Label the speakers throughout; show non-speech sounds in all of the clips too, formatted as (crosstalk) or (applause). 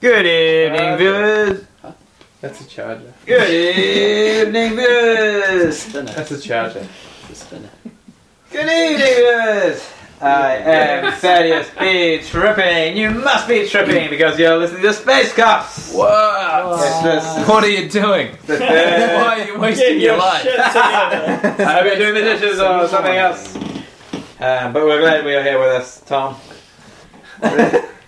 Speaker 1: Good evening, viewers.
Speaker 2: That's a charger.
Speaker 1: Good evening, viewers.
Speaker 3: Spinner.
Speaker 2: That's a charger.
Speaker 3: Spinner.
Speaker 1: Good evening, viewers. I am Thaddeus B. Tripping. You must be tripping because you're listening to Space Cops.
Speaker 2: What?
Speaker 1: It's the-
Speaker 2: What are you doing?
Speaker 1: the third-
Speaker 2: (laughs) Why are you wasting your life? (laughs)
Speaker 1: I hope you're doing the dishes or something else. Um, but we're glad you're here with us,
Speaker 2: (laughs)
Speaker 1: Tom.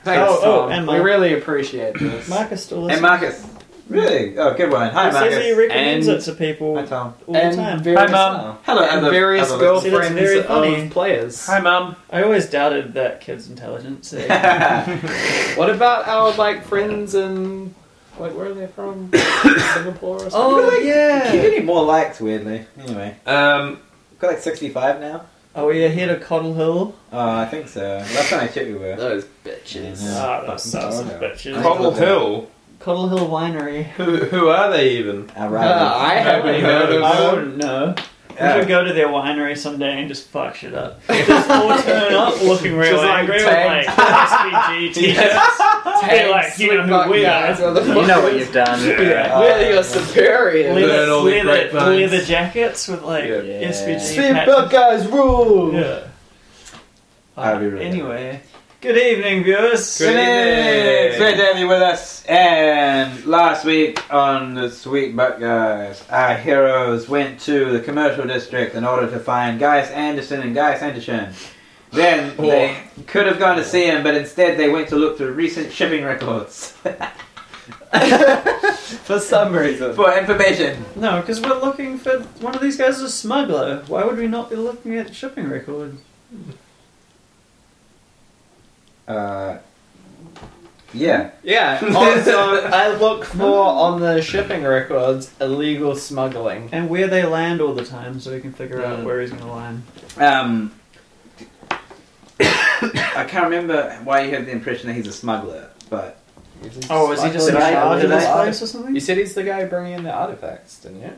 Speaker 2: Thanks,
Speaker 4: Oh, oh,
Speaker 2: Tom.
Speaker 4: and
Speaker 2: we
Speaker 4: Mark.
Speaker 2: really appreciate this.
Speaker 4: Uh, Marcus still
Speaker 1: And
Speaker 4: listens.
Speaker 1: Marcus. Really? Oh, good one. Hi,
Speaker 4: He says he
Speaker 1: Marcus.
Speaker 4: recommends
Speaker 2: And-
Speaker 4: it to people
Speaker 1: Hi, Tom.
Speaker 4: all
Speaker 2: and
Speaker 4: the time.
Speaker 2: various,
Speaker 1: Mum. Hello,
Speaker 2: and
Speaker 1: other-
Speaker 2: various
Speaker 1: other-
Speaker 4: See, that's
Speaker 2: girlfriends
Speaker 4: very funny.
Speaker 2: of players.
Speaker 1: (laughs) Mum.
Speaker 4: I always doubted that
Speaker 2: (laughs)
Speaker 4: kid's intelligence. eh?
Speaker 1: yeah,
Speaker 2: What about our like friends and like where are they
Speaker 4: (coughs)
Speaker 2: from? Singapore or something?
Speaker 4: oh
Speaker 1: you're
Speaker 4: yeah.
Speaker 1: getting more likes, weirdly. Anyway,
Speaker 2: Um,
Speaker 1: got like 65 now.
Speaker 4: Are we ahead of Coddle Hill?
Speaker 1: Oh, I think so. Last time I checked, we were.
Speaker 3: Those
Speaker 2: (laughs)
Speaker 3: bitches.
Speaker 1: Yeah.
Speaker 4: Ah, those sons of
Speaker 1: Coddle.
Speaker 4: bitches.
Speaker 1: Coddle.
Speaker 2: Cobble Hill.
Speaker 4: Coddle Hill Winery.
Speaker 2: (laughs) Who who are they even?
Speaker 1: Our
Speaker 3: Ah,
Speaker 1: rival.
Speaker 3: I haven't
Speaker 2: Nobody
Speaker 3: even heard of
Speaker 2: knows.
Speaker 4: I
Speaker 2: Um,
Speaker 4: wouldn't know.
Speaker 1: Yeah.
Speaker 4: We should go to their winery someday and just fuck shit up.
Speaker 2: (laughs)
Speaker 4: Just all turn up looking real
Speaker 2: Just like
Speaker 4: angry with
Speaker 2: tanked.
Speaker 4: like (laughs)
Speaker 2: (laughs)
Speaker 4: SPG t-shirts. Be like, you know who we are.
Speaker 3: You know what you've
Speaker 5: (laughs)
Speaker 3: done.
Speaker 4: Yeah.
Speaker 3: We're
Speaker 1: Yeah.
Speaker 3: your superiors.
Speaker 2: Leave- Burn
Speaker 4: Leather,
Speaker 2: all the
Speaker 4: leather,
Speaker 2: grapevines.
Speaker 4: leather jackets with like
Speaker 2: Yeah.
Speaker 4: SPG patches.
Speaker 2: Speedbug guys rule.
Speaker 4: Yeah.
Speaker 1: I'll be right
Speaker 4: anyway, good evening, viewers.
Speaker 1: Good evening. It's great to have you with us. And last week on the Sweet Butt Guys, our heroes went to the commercial district in order to find Gaius Anderson and Gaius Anderson. Then they could have gone to see him, but instead they went to look through recent shipping records (laughs)
Speaker 2: (laughs) For some reason.
Speaker 1: for information.
Speaker 4: No, because we're looking for one of these guys is a smuggler. Why would we not be looking at shipping record?
Speaker 1: Uh, yeah.
Speaker 2: Yeah. Also, I look for on the shipping records illegal smuggling.
Speaker 4: And where they land all the time, so we can figure out where he's going to land.
Speaker 1: Um, (coughs) I can't remember why you have the impression that he's a smuggler, but
Speaker 4: Oh, is he just in
Speaker 1: Did I-
Speaker 4: charge of
Speaker 1: did
Speaker 4: this
Speaker 1: I-
Speaker 4: place or
Speaker 2: You
Speaker 4: something?
Speaker 2: said he's the guy bringing in the artifacts, didn't you?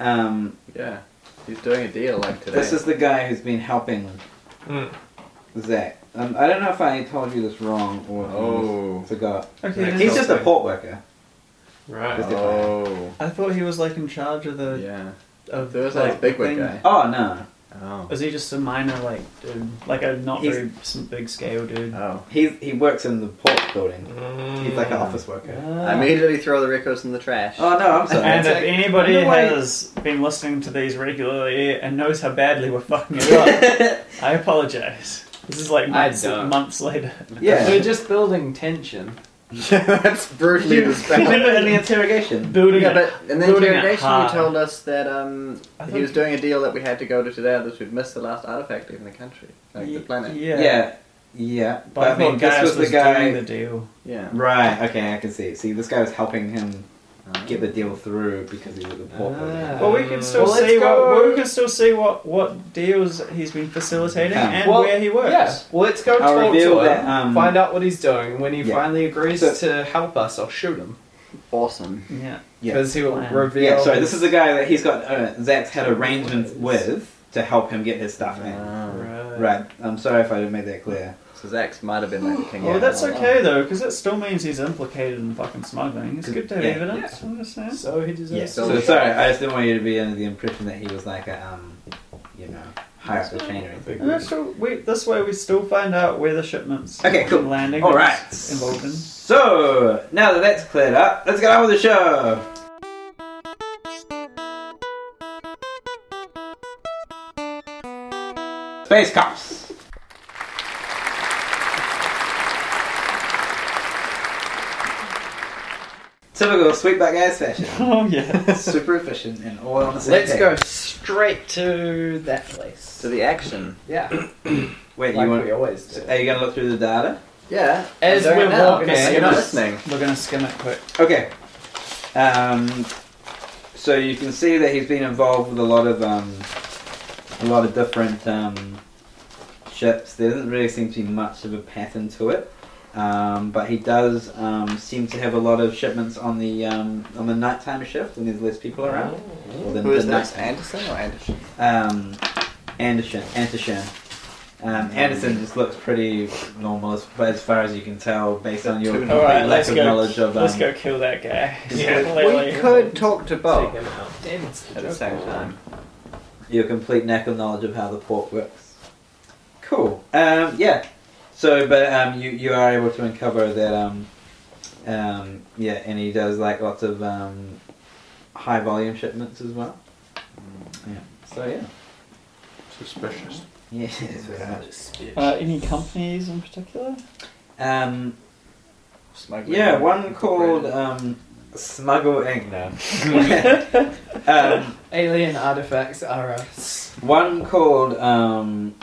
Speaker 1: um,
Speaker 5: Yeah, he's doing a deal like today.
Speaker 1: this is the guy who's been helping Zach. Um, I don't know if I told you this wrong or
Speaker 5: Oh.
Speaker 1: forgot.
Speaker 4: Okay,
Speaker 5: Next
Speaker 4: he's
Speaker 1: He's
Speaker 5: up.
Speaker 4: just,
Speaker 1: just a port worker.
Speaker 2: Right.
Speaker 1: Just a-
Speaker 5: Oh.
Speaker 4: I thought he was like in charge of the
Speaker 5: Yeah.
Speaker 4: of
Speaker 5: There was
Speaker 4: like,
Speaker 5: that big
Speaker 4: thing.
Speaker 5: wig guy.
Speaker 1: Oh no,
Speaker 5: Oh.
Speaker 4: Is he just a minor like dude, like a not
Speaker 1: He's-
Speaker 4: very s- big scale dude?
Speaker 5: Oh.
Speaker 1: he he works in the port building. He's like an
Speaker 2: Hmm.
Speaker 1: office worker.
Speaker 2: Mm.
Speaker 4: Ah.
Speaker 5: I immediately throw the records in the trash.
Speaker 1: Oh no, I'm sorry.
Speaker 4: And if
Speaker 2: That's
Speaker 4: anybody
Speaker 1: wonder why-
Speaker 4: has been listening to these regularly and knows how badly we're fucking it up, (laughs) I apologize. This is like months,
Speaker 5: don't.
Speaker 4: months later.
Speaker 2: We're (laughs)
Speaker 1: yeah,
Speaker 2: just building tension.
Speaker 5: (laughs) That's
Speaker 1: (laughs)
Speaker 5: brutally
Speaker 1: remember
Speaker 4: (laughs)
Speaker 5: respectful.
Speaker 1: in the interrogation?
Speaker 4: Building
Speaker 5: Yeah,
Speaker 4: it.
Speaker 5: but in the
Speaker 4: Building it
Speaker 5: interrogation, you
Speaker 4: hard.
Speaker 5: told us that um,
Speaker 4: I
Speaker 5: he was
Speaker 4: thought-
Speaker 5: doing a deal that we had to go to today, that we'd missed the last artifact in the country, like the planet.
Speaker 4: Yeah.
Speaker 1: Yeah, yeah. But I
Speaker 4: But,
Speaker 1: mean, this
Speaker 4: Gaius
Speaker 1: was
Speaker 4: was
Speaker 1: the guy.
Speaker 4: doing the deal.
Speaker 5: Yeah.
Speaker 1: Right. Okay, I can see. it. See, this guy was helping him
Speaker 5: Oh.
Speaker 1: get the deal through because he was the port
Speaker 2: Ah.
Speaker 4: Well,
Speaker 1: building.
Speaker 4: we can still
Speaker 2: Well, let's
Speaker 4: see
Speaker 2: go-
Speaker 4: what we can still see what what deals he's been facilitating
Speaker 1: Yeah.
Speaker 4: and
Speaker 2: Well,
Speaker 4: where he works.
Speaker 2: Yeah. Well, let's go
Speaker 1: I'll
Speaker 2: talk
Speaker 1: reveal
Speaker 2: to him.
Speaker 1: that, um,
Speaker 2: find out what he's doing. When he
Speaker 1: yeah.
Speaker 2: finally agrees
Speaker 1: So-
Speaker 2: to help us, I'll shoot him
Speaker 5: Awesome.
Speaker 4: Yeah.
Speaker 1: Yeah.
Speaker 2: because he will
Speaker 4: Plan.
Speaker 2: reveal.
Speaker 1: Yeah, sorry. This is the guy that he's got. Uh, Zach's had arrangements with to help him get his stuff in.
Speaker 5: Oh.
Speaker 1: Right. I'm sorry if I didn't make that clear.
Speaker 5: So Zax might have been like the king.
Speaker 4: Well,
Speaker 5: Yeah.
Speaker 4: Oh, that's okay though, because it still means he's implicated in fucking smuggling. It's good to have
Speaker 1: Yeah.
Speaker 4: evidence. I'm just saying.
Speaker 2: So he deserves.
Speaker 1: Yeah.
Speaker 2: Yeah.
Speaker 1: So sorry. I just didn't want you to be under the impression that he was like a, um, you know, higher up the chain or anything.
Speaker 4: And that's still, we, this way we still find out where the shipments
Speaker 1: Okay, cool.
Speaker 4: and landing
Speaker 1: All
Speaker 4: is
Speaker 1: right.
Speaker 4: involved in. (laughs)
Speaker 1: So now that that's cleared up, let's get on with the show. Space cops. Typical sweetback guys
Speaker 2: (laughs)
Speaker 1: fashion.
Speaker 4: Oh yeah.
Speaker 1: Super efficient and all on the same
Speaker 2: Let's
Speaker 1: page.
Speaker 2: go straight to that place.
Speaker 5: To the action.
Speaker 2: yeah,
Speaker 1: Wait,
Speaker 2: like
Speaker 1: you
Speaker 2: we
Speaker 1: want?
Speaker 2: always do.
Speaker 1: Are you gonna look through the data?
Speaker 5: Yeah.
Speaker 2: As
Speaker 5: I'm doing
Speaker 2: we're
Speaker 5: it now.
Speaker 2: walking
Speaker 5: Okay,
Speaker 2: in,
Speaker 5: you're not
Speaker 2: yes.
Speaker 5: listening.
Speaker 4: We're gonna skim it quick.
Speaker 1: Okay. Um, so you can see that he's been involved with a lot of um, a lot of different um, ships. There doesn't really seem to be much of a pattern to it, um, but he does um, seem to have a lot of shipments on the um, on the nighttime shift when there's less people around. Or the-
Speaker 5: Mm-hmm. Who is
Speaker 1: the
Speaker 5: this?
Speaker 1: nighttime.
Speaker 5: Anderson or Anderson?
Speaker 1: Um, Anderson. Anderson. Um, Anderson just looks pretty normal, as, but as far as you can tell, based on your
Speaker 5: All right,
Speaker 1: complete
Speaker 4: Alright,
Speaker 1: lack
Speaker 4: let's
Speaker 1: of
Speaker 4: go.
Speaker 1: knowledge of um,
Speaker 4: let's go kill that guy.
Speaker 5: Yeah.
Speaker 4: Completely.
Speaker 5: We could talk to
Speaker 1: Oh.
Speaker 2: Take
Speaker 5: Bo
Speaker 2: him out. Damn, it's the
Speaker 5: at the
Speaker 2: joke.
Speaker 5: same time.
Speaker 1: your complete lack of knowledge of how the pork works. Cool. Um, yeah. So, but um, you you are able to uncover that. Um, um, yeah, and he does like lots of um, high volume shipments as well. Mm, Yeah. So yeah.
Speaker 6: Suspicious.
Speaker 1: Yeah. it's very much.
Speaker 4: Uh, any companies in particular?
Speaker 1: Um,
Speaker 5: Smuggling
Speaker 1: yeah, one called
Speaker 5: Incorporated.
Speaker 1: um, Smuggle Inc. (laughs) um,
Speaker 2: Alien artifacts are us.
Speaker 1: One called um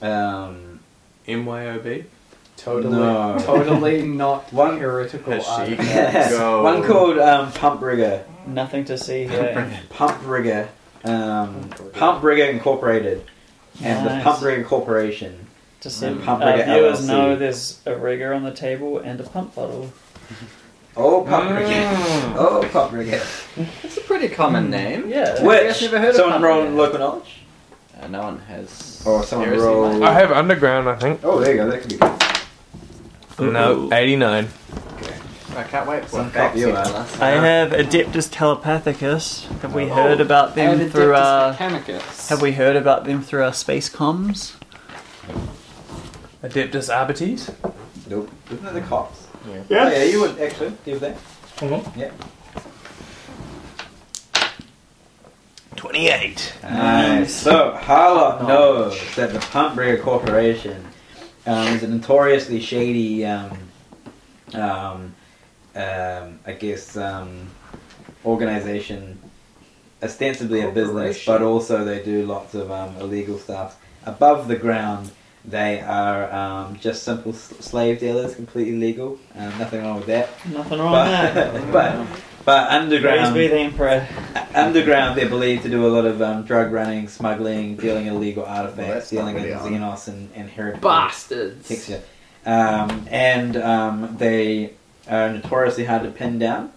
Speaker 1: um
Speaker 6: MYOB?
Speaker 2: Totally,
Speaker 1: No.
Speaker 2: totally not
Speaker 1: One-
Speaker 2: heretical
Speaker 6: Has she-
Speaker 2: artifacts.
Speaker 6: Go.
Speaker 1: one called um pump rigger
Speaker 4: Nothing to see here.
Speaker 1: pump rigger um pump rigger incorporated and the
Speaker 4: Nice.
Speaker 1: pump rigger corporation
Speaker 4: Just so
Speaker 1: Mm. Pump
Speaker 4: our
Speaker 1: rigger
Speaker 4: uh, viewers
Speaker 1: LLC.
Speaker 4: know, there's a rigger on the table and a pump bottle.
Speaker 1: oh pump rigger
Speaker 5: (laughs)
Speaker 1: oh pump rigger
Speaker 5: It's a pretty common name.
Speaker 4: Yeah.
Speaker 5: Wait.
Speaker 1: which
Speaker 5: guys never heard of
Speaker 1: someone
Speaker 5: Pump
Speaker 1: roll
Speaker 5: Rigger?
Speaker 1: local knowledge
Speaker 5: Uh, no one has.
Speaker 1: or someone
Speaker 5: heresy
Speaker 1: roll
Speaker 6: I have underground, I think.
Speaker 1: oh there you go that could be good
Speaker 6: No, 89.
Speaker 5: mind. I can't wait for
Speaker 1: Some
Speaker 5: what Cox
Speaker 1: cop you
Speaker 5: said
Speaker 1: are.
Speaker 5: last
Speaker 4: I
Speaker 5: night.
Speaker 4: have Adeptus telepathicus. Have we
Speaker 1: Oh.
Speaker 4: heard about them
Speaker 2: And
Speaker 4: through
Speaker 2: Adeptus
Speaker 4: our?
Speaker 2: Mechanicus.
Speaker 4: Have we heard about them through our space comms?
Speaker 6: Adeptus Arbites?
Speaker 1: nope isn't it the cops yeah oh, yeah you would actually do that yeah
Speaker 6: 28.
Speaker 1: Nice. So Harlock knows that the Pump Breaker Corporation um, is a notoriously shady, um, um, um, I guess, um, organization. Ostensibly a business, but also they do lots of um, illegal stuff above the ground. They are um, just simple s- slave dealers, completely legal. Um, nothing wrong with that.
Speaker 4: Nothing wrong
Speaker 1: (laughs)
Speaker 4: with that.
Speaker 1: But but, but
Speaker 4: Praise
Speaker 1: underground,
Speaker 4: be the emperor.
Speaker 1: Underground, they're believed to do a lot of um, drug running, smuggling, dealing illegal
Speaker 5: Well, that's
Speaker 1: artifacts,
Speaker 5: not
Speaker 1: dealing in
Speaker 5: really
Speaker 1: Xenos and, and Herodin.
Speaker 3: Bastards.
Speaker 1: Um, and um, they are notoriously hard to pin down.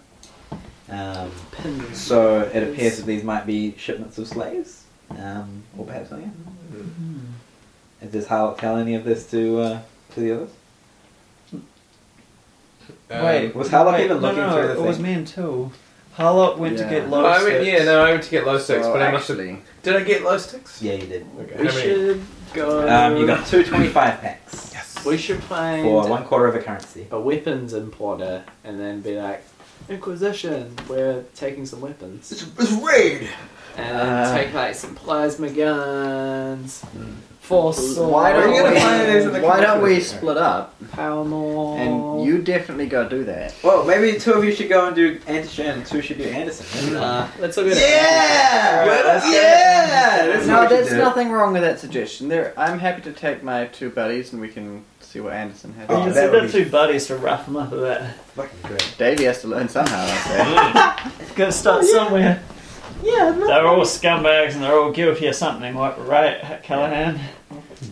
Speaker 1: Um,
Speaker 3: Pins.
Speaker 1: so it appears that these might be shipments of slaves, um, or perhaps something else. Hmm. Is this how tell any of this to uh, to the others?
Speaker 6: Um,
Speaker 4: Wait,
Speaker 1: was Harlock
Speaker 4: wait,
Speaker 1: even
Speaker 4: no,
Speaker 1: looking
Speaker 4: no,
Speaker 1: through the
Speaker 4: It was
Speaker 1: thing?
Speaker 4: me and Till. Harlock went
Speaker 5: Yeah.
Speaker 4: to get
Speaker 6: Well,
Speaker 4: low
Speaker 6: I went,
Speaker 4: sticks.
Speaker 6: yeah, no, I went to get low sticks,
Speaker 5: So
Speaker 6: but I must have.
Speaker 5: actually,
Speaker 6: Did I get low sticks?
Speaker 1: Yeah, you did.
Speaker 6: Okay.
Speaker 3: We
Speaker 6: How many?
Speaker 3: should go.
Speaker 1: Um, you got two twenty-five packs
Speaker 3: We should find
Speaker 1: for one quarter of a currency.
Speaker 3: a weapons importer and then be like, Inquisition, we're taking some weapons.
Speaker 1: it's raid.
Speaker 3: And then
Speaker 1: Uh.
Speaker 3: take like some plasma guns, force
Speaker 5: why
Speaker 1: Are
Speaker 5: don't
Speaker 1: you gonna find these in
Speaker 5: we,
Speaker 1: the
Speaker 5: why don't we
Speaker 1: computer?
Speaker 5: split up?
Speaker 3: power more.
Speaker 5: And you definitely go do that.
Speaker 1: Well, maybe two of you should go and do Anderson, and two should do Anderson.
Speaker 3: Nah, let's look at
Speaker 1: Yeah!
Speaker 3: Alright, let's do
Speaker 1: yeah! That's
Speaker 5: no,
Speaker 1: what we
Speaker 5: there's
Speaker 1: should do.
Speaker 5: nothing wrong with that suggestion. There, I'm happy to take my two buddies and we can see what Anderson has.
Speaker 1: Oh,
Speaker 4: You
Speaker 1: that
Speaker 4: said
Speaker 1: would
Speaker 4: that
Speaker 1: be-
Speaker 4: two buddies to rough them up a bit.
Speaker 1: Fucking great.
Speaker 5: Davey has to learn somehow. I (laughs) say.
Speaker 4: Gotta start somewhere. Yeah, they're all scumbags and they're all guilty of something, like right, Callahan.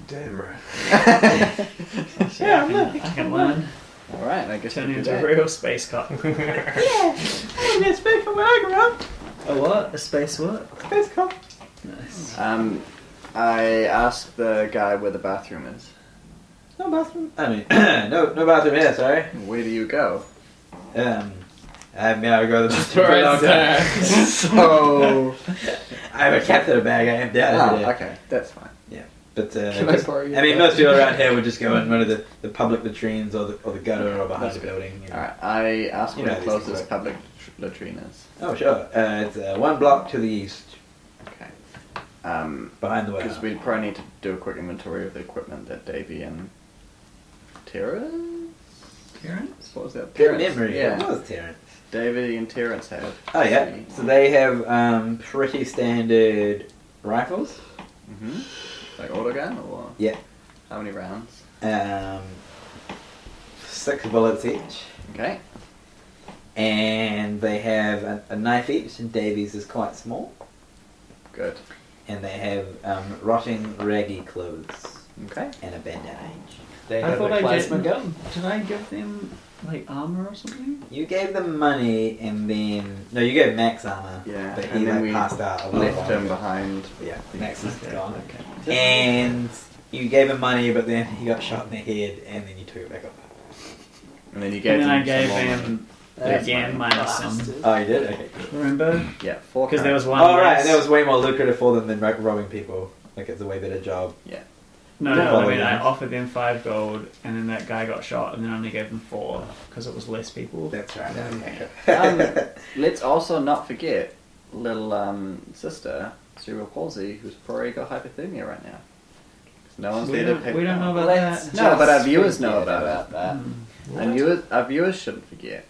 Speaker 6: Damn right.
Speaker 5: (laughs)
Speaker 4: (laughs) Yeah, I can, I can learn.
Speaker 5: All right, I guess we
Speaker 4: Turn
Speaker 5: do
Speaker 4: into a
Speaker 5: that.
Speaker 4: real space cop.
Speaker 6: (laughs)
Speaker 4: A what? A space what?
Speaker 1: Space cop.
Speaker 4: Nice.
Speaker 5: Um, I asked the guy where the bathroom is.
Speaker 1: No bathroom. I mean, (clears throat) no, no bathroom here. Sorry.
Speaker 5: Where do you go?
Speaker 1: Um, I mean, I go to the bathroom for a long time.
Speaker 3: that.
Speaker 5: (laughs) So,
Speaker 1: I have a catheter bag. I am down
Speaker 5: Ah,
Speaker 1: over there.
Speaker 5: okay, that's fine.
Speaker 1: But
Speaker 3: Can I
Speaker 1: uh,
Speaker 3: borrow your
Speaker 1: I
Speaker 3: bag?
Speaker 1: mean, most people around here would just go in one of the, the public latrines or the or the gutter or behind the building. you know.
Speaker 5: All right, I asked
Speaker 1: You
Speaker 5: where
Speaker 1: know
Speaker 5: the
Speaker 1: these things
Speaker 5: closest
Speaker 1: work.
Speaker 5: public tr- latrine is.
Speaker 1: Oh sure. Uh, it's uh, one block to the east,
Speaker 5: Okay. Um,
Speaker 1: behind the
Speaker 5: Because
Speaker 1: warehouse.
Speaker 5: we probably need to do a quick inventory of the equipment that Davey and Terrence. Terrence? What was that?
Speaker 1: Good
Speaker 5: Terrence,
Speaker 1: memory.
Speaker 5: Yeah.
Speaker 1: It was Terrence.
Speaker 5: Davey and Terrence have.
Speaker 1: Oh yeah. So they have um, pretty standard rifles.
Speaker 5: hmm Like autogun or what?
Speaker 1: Yeah.
Speaker 5: How many rounds?
Speaker 1: Um, six bullets each,
Speaker 5: Okay.
Speaker 1: and they have a, a knife each. And Davies is quite small,
Speaker 5: Good.
Speaker 1: and they have um, rotting, raggy clothes
Speaker 5: Okay.
Speaker 1: and a bandana each.
Speaker 3: They
Speaker 4: I
Speaker 3: have
Speaker 4: thought
Speaker 3: a
Speaker 4: I
Speaker 3: plasma
Speaker 4: did-
Speaker 3: gun.
Speaker 4: Did I give them like armor or something?
Speaker 1: You gave them money, and then no, you gave Max armor.
Speaker 5: Yeah,
Speaker 1: but
Speaker 5: and
Speaker 1: he
Speaker 5: then
Speaker 1: like
Speaker 5: we
Speaker 1: passed out. A little
Speaker 5: Left
Speaker 1: while
Speaker 5: him
Speaker 1: ago.
Speaker 5: behind.
Speaker 1: Yeah, Max is gone.
Speaker 4: Okay.
Speaker 1: And You gave him money, but then he got shot in the head, and then you took it back up.
Speaker 5: And then you gave
Speaker 4: And then I
Speaker 5: him
Speaker 4: gave
Speaker 5: some more money.
Speaker 4: him
Speaker 5: That's
Speaker 4: again
Speaker 5: mine.
Speaker 4: minus some.
Speaker 3: Bastard.
Speaker 1: Oh, you did? Okay.
Speaker 4: Remember?
Speaker 5: Yeah, four.
Speaker 4: Because there was one.
Speaker 1: All Oh, right,
Speaker 4: less.
Speaker 1: and that was way more lucrative for them than ro- robbing people. Like it's a way better job.
Speaker 4: No, no, I
Speaker 1: Yeah.
Speaker 4: mean, I offered them five gold, and then that guy got shot, and then I only gave them four because it was less people.
Speaker 1: That's right. Okay.
Speaker 5: Um, (laughs) let's also not forget little um, sister cerebral palsy, who's probably got hypothermia right now. 'Cause No one's
Speaker 4: We
Speaker 5: there to
Speaker 4: don't,
Speaker 5: pick.
Speaker 4: we don't know
Speaker 5: up.
Speaker 4: about
Speaker 3: Let's-
Speaker 4: that.
Speaker 5: No, but our
Speaker 3: Just
Speaker 5: viewers know
Speaker 3: forget
Speaker 5: about,
Speaker 3: about
Speaker 5: that.
Speaker 4: Mm.
Speaker 5: Our viewers, our viewers shouldn't forget.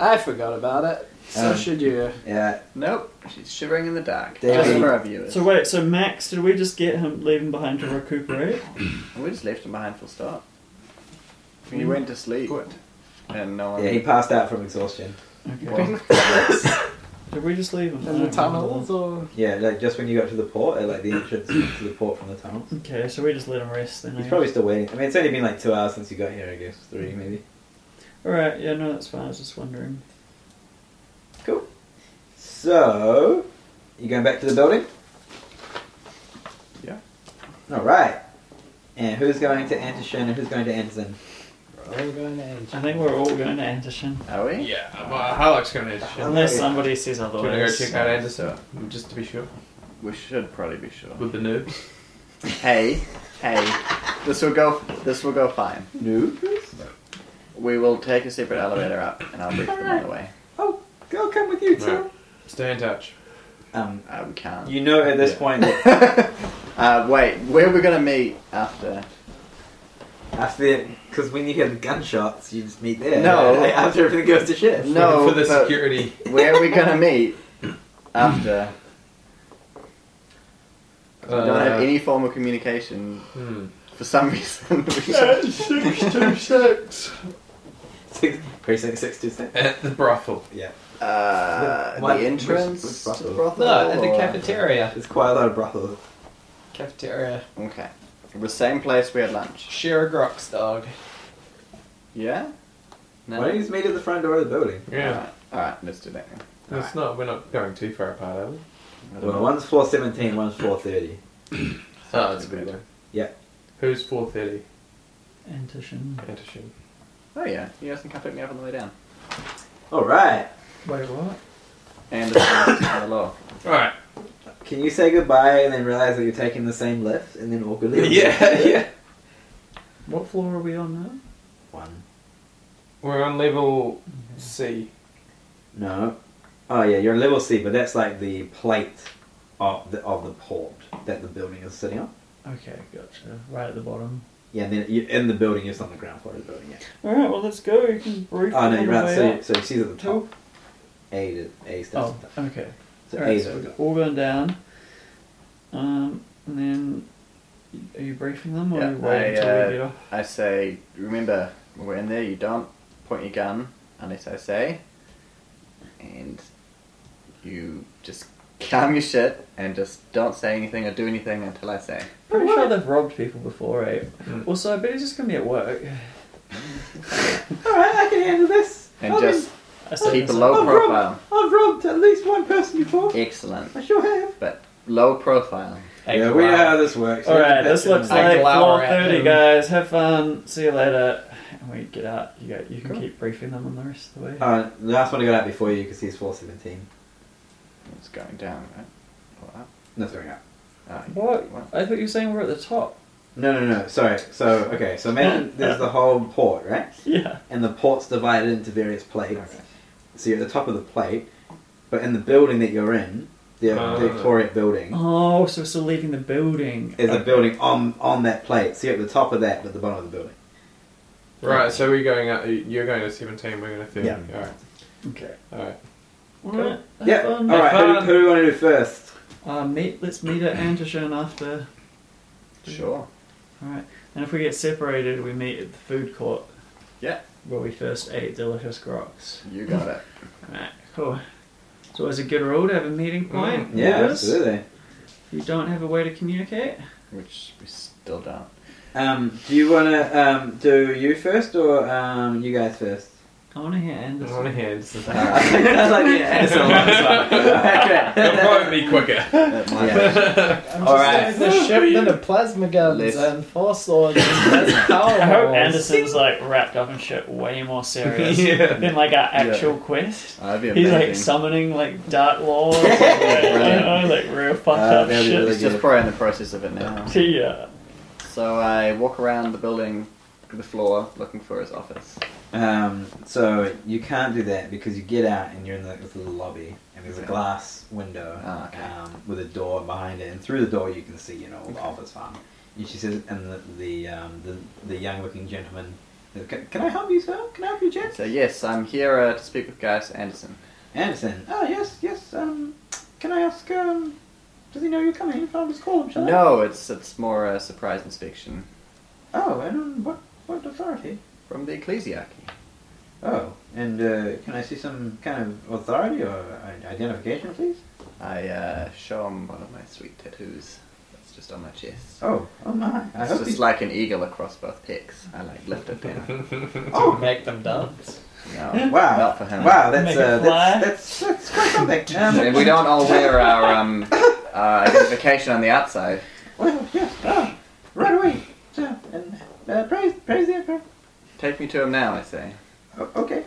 Speaker 3: I forgot about it. So
Speaker 1: Um,
Speaker 3: should you.
Speaker 1: (laughs) Yeah.
Speaker 5: Nope, she's shivering in the dark.
Speaker 1: David.
Speaker 5: Just for our viewers.
Speaker 4: So wait, so Max, did we just get him leave him behind to recuperate?
Speaker 5: we just left him behind full stop. He went to sleep,
Speaker 6: Good.
Speaker 5: and no one.
Speaker 1: Yeah, he passed out from exhaustion.
Speaker 4: Okay.
Speaker 5: Well,
Speaker 4: Did we just leave him I
Speaker 3: In the
Speaker 4: don't
Speaker 3: tunnels
Speaker 4: remember.
Speaker 3: or
Speaker 1: Yeah, like just when you got to the port, at like the entrance to the port from the tunnel.
Speaker 4: Okay, so we just let him rest then. eh? I
Speaker 1: He's
Speaker 4: guess.
Speaker 1: probably still waiting. I mean, it's only been like two hours since you got here, I guess. Three, maybe.
Speaker 4: All right. Yeah. No, that's fine. I was just wondering.
Speaker 1: So, you going back to the building?
Speaker 5: Yeah.
Speaker 1: All right. And who's going to Antishin and who's going to Anderson?
Speaker 3: we're all going to age.
Speaker 4: I think we're all going to Anderson
Speaker 5: Are we?
Speaker 6: Yeah, well, Harlock's going to Anderson.
Speaker 4: unless somebody says
Speaker 6: Do you want to
Speaker 4: otherwise.
Speaker 6: go check out Anderson? Just to be sure.
Speaker 5: We should probably be sure.
Speaker 6: With the noobs.
Speaker 5: Hey, hey, this will go. This will go fine.
Speaker 1: No.
Speaker 5: We will take a separate elevator up, and I'll brief them on the way.
Speaker 1: Go, come with you too.
Speaker 6: Right. Stay in touch.
Speaker 1: Um,
Speaker 5: Uh, we can't.
Speaker 1: you know at this
Speaker 6: Yeah.
Speaker 1: point that
Speaker 5: (laughs) uh, wait, where are we gonna meet after?
Speaker 1: after because when you hear the gunshots, you just meet there.
Speaker 5: No.
Speaker 1: (laughs) Like, after everything goes to shit.
Speaker 5: No,
Speaker 6: For the
Speaker 5: but
Speaker 6: security.
Speaker 5: where are
Speaker 1: (laughs)
Speaker 5: we gonna meet after? We don't have
Speaker 6: Uh,
Speaker 5: any form of communication
Speaker 6: Hmm.
Speaker 5: for some (laughs) reason. we
Speaker 1: Six, precinct six two six.
Speaker 6: (laughs) At the brothel.
Speaker 5: uh,
Speaker 1: What-
Speaker 5: the entrance
Speaker 1: which- which brothel?
Speaker 5: to brothel
Speaker 2: No, at the
Speaker 5: or-
Speaker 2: cafeteria.
Speaker 1: There's quite a lot of brothels.
Speaker 2: Cafeteria.
Speaker 5: Okay, the same place we had lunch.
Speaker 2: Share a Grox dog.
Speaker 5: Yeah. No.
Speaker 1: Why don't you just meet at the front door of the building?
Speaker 5: All
Speaker 6: Yeah.
Speaker 5: right. All right. Let's do that. Then.
Speaker 6: It's not, we're not going too far apart, are we?
Speaker 5: I don't
Speaker 1: Well,
Speaker 5: know.
Speaker 1: one's floor seventeen, one's floor thirty.
Speaker 6: Oh, that's
Speaker 5: good.
Speaker 6: good.
Speaker 1: Yeah.
Speaker 6: Who's 430?
Speaker 4: Anderson.
Speaker 6: Anderson.
Speaker 5: Oh yeah, you guys can come pick me up on the way down.
Speaker 1: All right.
Speaker 4: Wait, what?
Speaker 5: And (coughs) hello.
Speaker 6: Alright.
Speaker 1: Can you say goodbye and then realize that you're taking the same lift and then awkwardly?
Speaker 6: Yeah,
Speaker 5: (laughs)
Speaker 6: yeah.
Speaker 4: What floor are we on now?
Speaker 1: One.
Speaker 6: We're on level C.
Speaker 1: No. Oh yeah, you're in level C, but that's like the plate of the of the port that the building is sitting on.
Speaker 4: Okay, gotcha. Right at the bottom.
Speaker 1: Yeah, and then you in the building, it's on the ground floor of the building. Yeah.
Speaker 4: All right. Well, let's go. You can brief.
Speaker 1: Oh
Speaker 4: him
Speaker 1: no,
Speaker 4: on
Speaker 1: you're
Speaker 4: the
Speaker 1: right.
Speaker 4: way
Speaker 1: So, so
Speaker 4: up.
Speaker 1: she's at the top.
Speaker 4: Two.
Speaker 1: A to A starts.
Speaker 4: Oh,
Speaker 1: at the top.
Speaker 4: okay.
Speaker 1: So
Speaker 4: All right,
Speaker 1: A's
Speaker 4: so
Speaker 1: over.
Speaker 4: we're all going down. Um, and then are you briefing them or
Speaker 5: Yeah,
Speaker 4: are you waiting
Speaker 5: I,
Speaker 4: until
Speaker 5: uh,
Speaker 4: we get off?
Speaker 5: I say, remember, when we're in there, you don't point your gun unless I say. And you just calm your shit and just don't say anything or do anything until I say.
Speaker 4: Pretty sure they've robbed people before, eh?
Speaker 5: Hmm.
Speaker 6: Mm.
Speaker 4: Also, I bet he's just gonna be at work.
Speaker 1: All right, I can handle this.
Speaker 5: And
Speaker 4: Oh,
Speaker 1: I've been-
Speaker 5: just
Speaker 4: I said
Speaker 5: keep a
Speaker 4: this
Speaker 5: low
Speaker 4: out.
Speaker 1: I've
Speaker 5: profile.
Speaker 1: I've robbed at least one person before.
Speaker 5: Excellent.
Speaker 1: I sure have.
Speaker 5: Low profile.
Speaker 2: Hey,
Speaker 1: yeah, we know
Speaker 2: wow.
Speaker 1: how this works.
Speaker 4: All right, this looks
Speaker 2: I
Speaker 4: like
Speaker 2: glower
Speaker 4: floor
Speaker 2: at
Speaker 4: thirty,
Speaker 2: him.
Speaker 4: guys. Have fun. See you later. And we get out. You go. You can
Speaker 5: Cool.
Speaker 4: keep briefing them on the rest of the way.
Speaker 1: Uh, the last one I got out before you because he's floor seventeen.
Speaker 5: It's going down, right? Or up?
Speaker 1: No, sorry, up.
Speaker 5: Ah,
Speaker 4: what?
Speaker 5: Wow.
Speaker 4: I thought you were saying we're at the top.
Speaker 1: No, no, no. Sorry. So okay. So (laughs) imagine there's the whole port, right?
Speaker 4: Yeah.
Speaker 1: And the port's divided into various plates.
Speaker 5: Okay.
Speaker 1: So you're at the top of the plate, but in the building that you're in, the
Speaker 6: Ah.
Speaker 1: Victoria building.
Speaker 4: Oh, so we're still leaving the building. Uh,
Speaker 1: is a
Speaker 4: Okay.
Speaker 1: building on on that plate. So you're at the top of that, but at the bottom of the building.
Speaker 6: Right, so we're going up, you're going to 17, we're going to 30.
Speaker 1: Yeah.
Speaker 6: Alright,
Speaker 4: Okay.
Speaker 6: alright.
Speaker 4: All right. Have
Speaker 1: Yeah. All
Speaker 4: fun. Um,
Speaker 1: right. Who,
Speaker 6: fun.
Speaker 1: who do we want to do first?
Speaker 4: Uh, meet. Let's meet at Antishan after.
Speaker 5: Sure.
Speaker 4: All right. And if we get separated, we meet at the food court.
Speaker 5: Yeah.
Speaker 4: Where we first ate delicious groks.
Speaker 5: You got it.
Speaker 4: Alright, cool. It's always a good rule to have a meeting point.
Speaker 6: Mm,
Speaker 1: Yeah,
Speaker 4: Yes.
Speaker 1: absolutely.
Speaker 4: If you don't have a way to communicate.
Speaker 5: Which we still don't.
Speaker 1: Um, do you want to um, do you first (laughs) or um, you guys first?
Speaker 4: I want to hear
Speaker 6: I
Speaker 4: Anderson.
Speaker 6: want to hear Anderson. (laughs)
Speaker 1: I like the
Speaker 6: It's
Speaker 1: answer.
Speaker 6: a long time. It'll probably be quicker.
Speaker 5: Yeah.
Speaker 2: I'm
Speaker 1: All
Speaker 2: just
Speaker 1: right.
Speaker 2: saying the ship and the plasma guns
Speaker 5: Let's-
Speaker 2: and four swords and there's
Speaker 5: Oh.
Speaker 2: power
Speaker 4: I hope
Speaker 2: walls.
Speaker 4: Anderson's like wrapped up in shit way more
Speaker 5: (laughs)
Speaker 4: serious
Speaker 6: Yeah.
Speaker 4: than like our actual quest.
Speaker 5: That'd be
Speaker 4: He's
Speaker 5: amazing.
Speaker 4: like summoning like dark
Speaker 5: (laughs)
Speaker 4: lords, and, like, you know, like real fucked
Speaker 5: Uh,
Speaker 4: up
Speaker 5: that'd be
Speaker 4: shit. (laughs)
Speaker 5: really just probably in the process of it now.
Speaker 4: Yeah.
Speaker 5: So I walk around the building, the floor, looking for his office.
Speaker 1: Um, so you can't do that because you get out and you're in like this little lobby and there's a glass window
Speaker 5: Ah, okay.
Speaker 1: um, with a door behind it and through the door you can see you know the office farm. And she says, and the the um, the, the young looking gentleman, says, can, can I help you sir? Can I help you, Jack?
Speaker 5: So yes, I'm here uh, to speak with Gaius Anderson.
Speaker 1: Anderson. Oh yes, yes. Um, can I ask? Um, does he know you're coming? I'll just call him. Shall I?
Speaker 5: No, it's it's more a surprise inspection
Speaker 1: Oh, and um, what what authority?
Speaker 5: from the ecclesiarchy.
Speaker 1: Oh, and uh, can I see some kind of authority or i- identification, please?
Speaker 5: I uh, show him one of my sweet tattoos. That's just on my chest.
Speaker 1: Oh, oh my! I
Speaker 5: It's
Speaker 1: hope
Speaker 5: just
Speaker 1: he's
Speaker 5: like an eagle across both pecs. I like lift it down.
Speaker 1: (laughs) Oh.
Speaker 2: Make them dance.
Speaker 5: No,
Speaker 1: Wow.
Speaker 5: not for him.
Speaker 1: Wow, that's,
Speaker 4: Make
Speaker 1: uh,
Speaker 4: it fly.
Speaker 1: that's that's that's quite
Speaker 5: (laughs)
Speaker 1: something.
Speaker 5: And
Speaker 1: Um,
Speaker 5: we don't all wear our um, uh, identification on the outside.
Speaker 1: well, yes, oh, right away. So, and uh, praise praise the emperor.
Speaker 5: Take me to him now, I say.
Speaker 1: O- okay.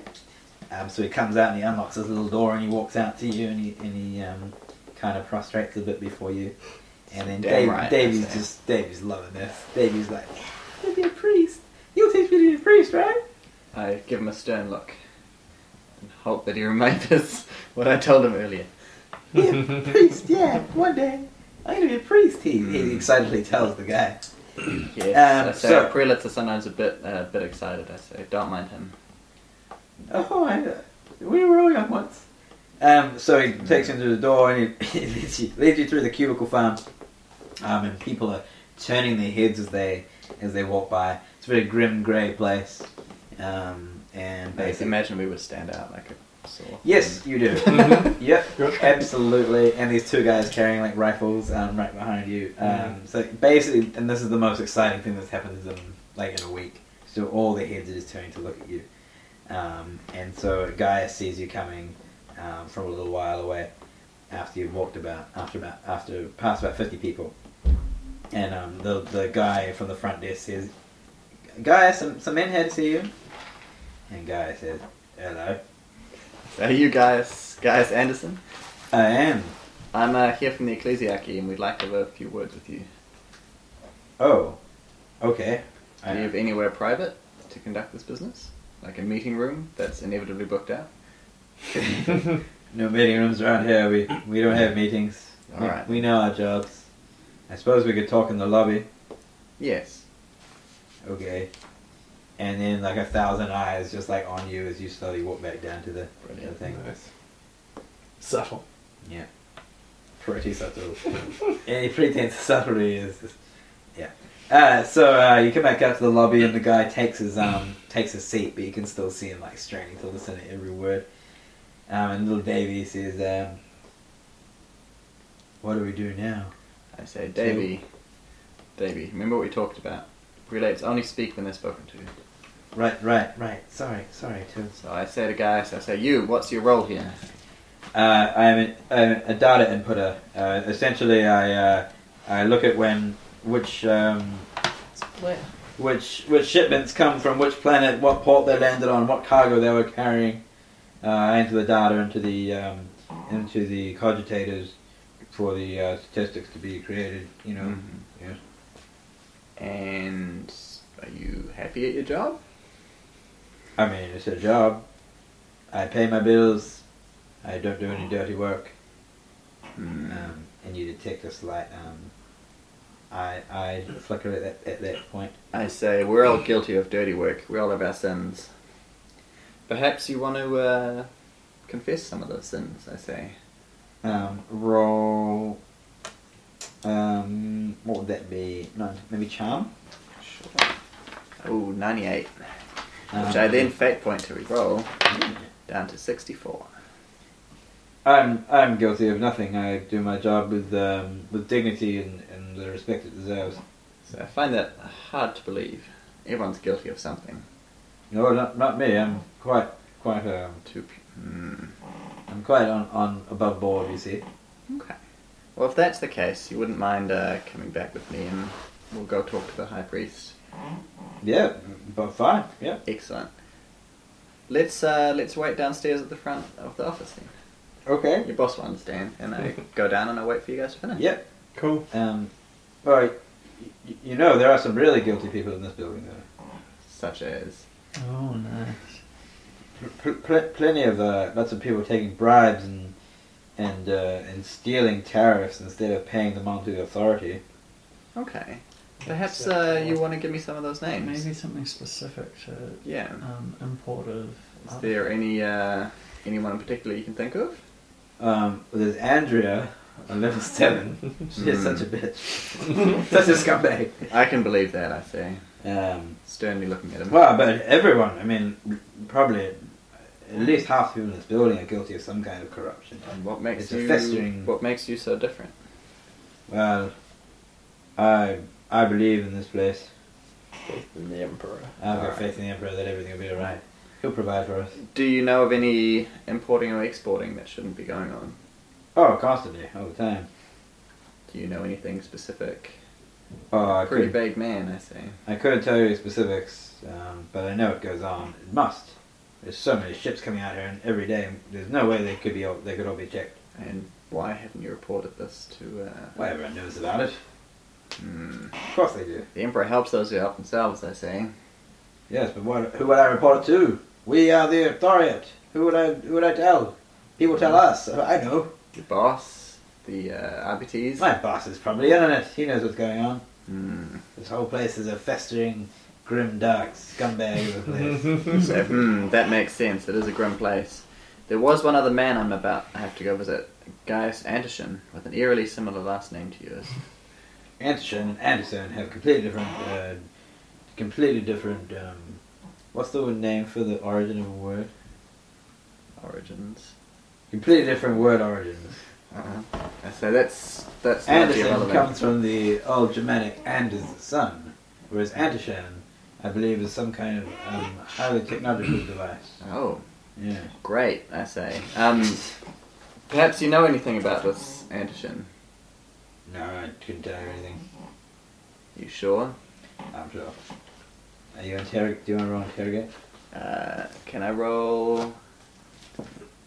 Speaker 1: Um, so he comes out and he unlocks his little door and he walks out to you and he, and he um, kind of prostrates a bit before you. And then
Speaker 5: Damn
Speaker 1: Dave,
Speaker 5: right,
Speaker 1: Davey's
Speaker 5: that's it.
Speaker 1: just Davey's loving this. Davey's like, "Yeah, to be a priest. You'll teach me to be a priest,
Speaker 5: (laughs)
Speaker 1: right?
Speaker 5: I give him a stern look and hope that he (laughs) remembers what I told him earlier.
Speaker 1: Yeah, priest. Yeah, one day I'm gonna be a priest. He,
Speaker 5: Hmm.
Speaker 1: he excitedly tells the guy.
Speaker 5: Yes,
Speaker 1: Um,
Speaker 5: I say
Speaker 1: so-
Speaker 5: our prelates are sometimes a bit uh, a bit excited. I say, don't mind him.
Speaker 1: Oh, I, uh, we were all young once. Um, so he takes him to the door and he, (laughs) he leads, you, leads you through the cubicle farm. Um, and people are turning their heads as they as they walk by. It's a very grim, grey place. Um, and
Speaker 5: I
Speaker 1: basically,
Speaker 5: imagine we would stand out like a sore.
Speaker 1: yes, you do.
Speaker 6: Mhm.
Speaker 1: yep,
Speaker 6: Good.
Speaker 1: absolutely. And these two guys carrying like rifles um, right behind you. Um, So basically, and this is the most exciting thing that's happened to them like in a week. So all the heads are just turning to look at you. Um, and so Gaia sees you coming um, from a little while away after you've walked about, after about, after past about 50 people. And um, the, the guy from the front desk says, Gaia, some, some men here to see you. And Gaia says, Hello.
Speaker 5: Are you guys, guys Anderson?
Speaker 1: I am.
Speaker 5: I'm uh, here from the ecclesiarchy, and we'd like to have a few words with you.
Speaker 1: Oh, okay.
Speaker 5: Do you have anywhere private to conduct this business, like a meeting room that's inevitably booked out?
Speaker 1: No meeting rooms around here. We we don't have meetings.
Speaker 5: All
Speaker 1: we,
Speaker 5: right.
Speaker 1: we know our jobs. I suppose we could talk in the lobby.
Speaker 5: Yes.
Speaker 1: Okay. And then like a thousand eyes just like on you as you slowly walk back down to the other
Speaker 5: Brilliant.
Speaker 1: thing.
Speaker 6: Nice. Subtle.
Speaker 1: Yeah. Pretty (laughs) subtle. Any pretense of subtlety is, is yeah. Uh, so uh, you come back out to the lobby and the guy takes his um takes his seat, but you can still see him like straining to listen to every word. Um, and little Davy says, um, "What do we do now?"
Speaker 5: I say, Davy, Davy, remember what we talked about. Relates only speak when they're spoken to.
Speaker 1: Right, right, right. Sorry, sorry, too.
Speaker 5: So I say to Gaius, I say, you, what's your role here?
Speaker 1: Uh, I am an, I'm a data inputter. Uh, essentially, I uh, I look at when which um, which which shipments come from which planet, what port they landed on, what cargo they were carrying. Uh, I enter the data into the um, into the cogitators for the uh, statistics to be created. You know. Yes.
Speaker 5: And are you happy at your job?
Speaker 1: I mean, it's a job. I pay my bills. I don't do any dirty work.
Speaker 5: Hmm.
Speaker 1: um, and you detect a slight um, eye, eye flicker at that, at that point.
Speaker 5: I say, we're all guilty of dirty work. We all have our sins. Perhaps you want to uh, confess some of those sins, I say.
Speaker 1: Um, roll. Um, what would that be? No, maybe charm.
Speaker 5: Sure. Oh, 98.
Speaker 1: Um,
Speaker 5: Which I then fate point to re-roll
Speaker 1: Mm.
Speaker 5: down to 64.
Speaker 1: I'm I'm guilty of nothing. I do my job with um, with dignity and, and the respect it deserves.
Speaker 5: So I find that hard to believe. Everyone's guilty of something.
Speaker 1: No, not not me. I'm quite quite um,
Speaker 5: Two. P- hmm.
Speaker 1: I'm quite on, on above board, you see.
Speaker 5: Okay. Well, if that's the case, you wouldn't mind uh, coming back with me, and we'll go talk to the high priest.
Speaker 1: Yeah, but fine. Yeah.
Speaker 5: Excellent. Let's uh, let's wait downstairs at the front of the office then.
Speaker 1: Okay.
Speaker 5: Your boss will understand, and I
Speaker 1: (laughs)
Speaker 5: go down and I wait for you guys to finish.
Speaker 1: Yep.
Speaker 6: (laughs) Cool.
Speaker 1: Um, all right. Y- you know there are some really guilty people in this building, though.
Speaker 5: Such as
Speaker 4: Oh, nice.
Speaker 1: Pl- pl- plenty of uh, lots of people taking bribes and and uh, and stealing tariffs instead of paying them on to the authority.
Speaker 5: okay. Perhaps uh, you want to give me some of those names.
Speaker 4: Maybe something specific to
Speaker 5: Yeah.
Speaker 4: um, import of.
Speaker 5: Is there any uh, anyone in particular you can think of?
Speaker 1: Um, there's Andrea on level (laughs) seven. She is
Speaker 5: Hmm.
Speaker 1: such a bitch. such a scumbag.
Speaker 5: I can believe that. I say,
Speaker 1: Um,
Speaker 5: sternly looking at him.
Speaker 1: well, but everyone. I mean, probably at least half the people in this building are guilty of some kind of corruption.
Speaker 5: And what makes
Speaker 1: It's a
Speaker 5: you
Speaker 1: festering-
Speaker 5: what makes you so different?
Speaker 1: Well, I I believe in this place.
Speaker 2: the emperor.
Speaker 1: I've got
Speaker 5: Alright.
Speaker 1: faith in the Emperor that everything will be alright. He'll provide for us.
Speaker 5: Do you know of any importing or exporting that shouldn't be going on?
Speaker 1: Oh, constantly, all the time.
Speaker 5: Do you know anything specific?
Speaker 1: Oh, I
Speaker 5: Pretty
Speaker 1: could,
Speaker 5: vague man, I say.
Speaker 1: I couldn't tell you specifics, um, but I know it goes on. It must. There's so many ships coming out here, and every day and there's no way they could be all, they could all be checked.
Speaker 5: And why haven't you reported this to? Uh,
Speaker 1: Well, everyone knows about it.
Speaker 5: hmm.
Speaker 1: Of course they do.
Speaker 5: The emperor helps those who help themselves, I say.
Speaker 1: Yes, but what, who would I report it to? We are the authority. Who would I who would I tell? People tell
Speaker 5: Hmm.
Speaker 1: us. Oh, I know.
Speaker 5: Your boss, the
Speaker 1: (laughs)
Speaker 5: uh, RPTs.
Speaker 1: My boss is probably in on it. He knows what's going on.
Speaker 5: Hmm.
Speaker 1: This whole place is a festering, grim, dark scumbag of a place.
Speaker 5: (laughs) So, hmm, that makes sense. It is a grim place. There was one other man I'm about. I have to go visit. Gaius Anderson, with an eerily similar last name to yours.
Speaker 1: Anderson and Anderson have completely different, uh, completely different. Um, what's the word name for the origin of a word?
Speaker 5: Origins.
Speaker 1: Completely different word origins.
Speaker 5: Uh-huh. I say that's that's largely
Speaker 1: Anderson
Speaker 5: irrelevant.
Speaker 1: comes from the old Germanic Anders, son, whereas Anderson, I believe, is some kind of um, highly technological (coughs) device.
Speaker 5: Oh,
Speaker 1: Yeah.
Speaker 5: great! I say. Um, perhaps you know anything about this Anderson.
Speaker 1: No, I couldn't tell you anything.
Speaker 5: You sure?
Speaker 1: I'm sure. Are you interrog- Do you want to roll interrogate?
Speaker 5: Uh, can I roll (clears throat)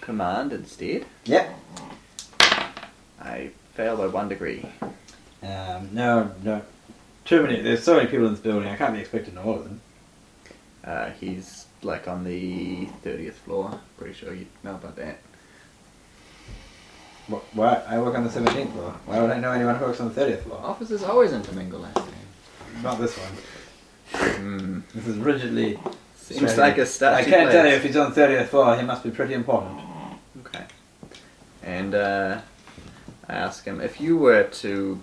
Speaker 5: command instead?
Speaker 1: Yep.
Speaker 5: I fail by one degree.
Speaker 1: Um, no, no. Too many. There's so many people in this building. I can't be expecting all of them.
Speaker 5: Uh, he's like on the thirtieth floor. Pretty sure you know about that.
Speaker 1: Wh- Why? I work on the 17th floor. Why would I know anyone who works on the 30th floor?
Speaker 5: Offices always intermingle. I say.
Speaker 1: Not this one.
Speaker 5: Hmm.
Speaker 1: This is rigidly.
Speaker 5: Seems
Speaker 1: Sorry.
Speaker 5: like a statue.
Speaker 1: I can't tell you if he's on 30th floor. He must be pretty (laughs) important.
Speaker 5: Okay. And uh, I ask him if you were to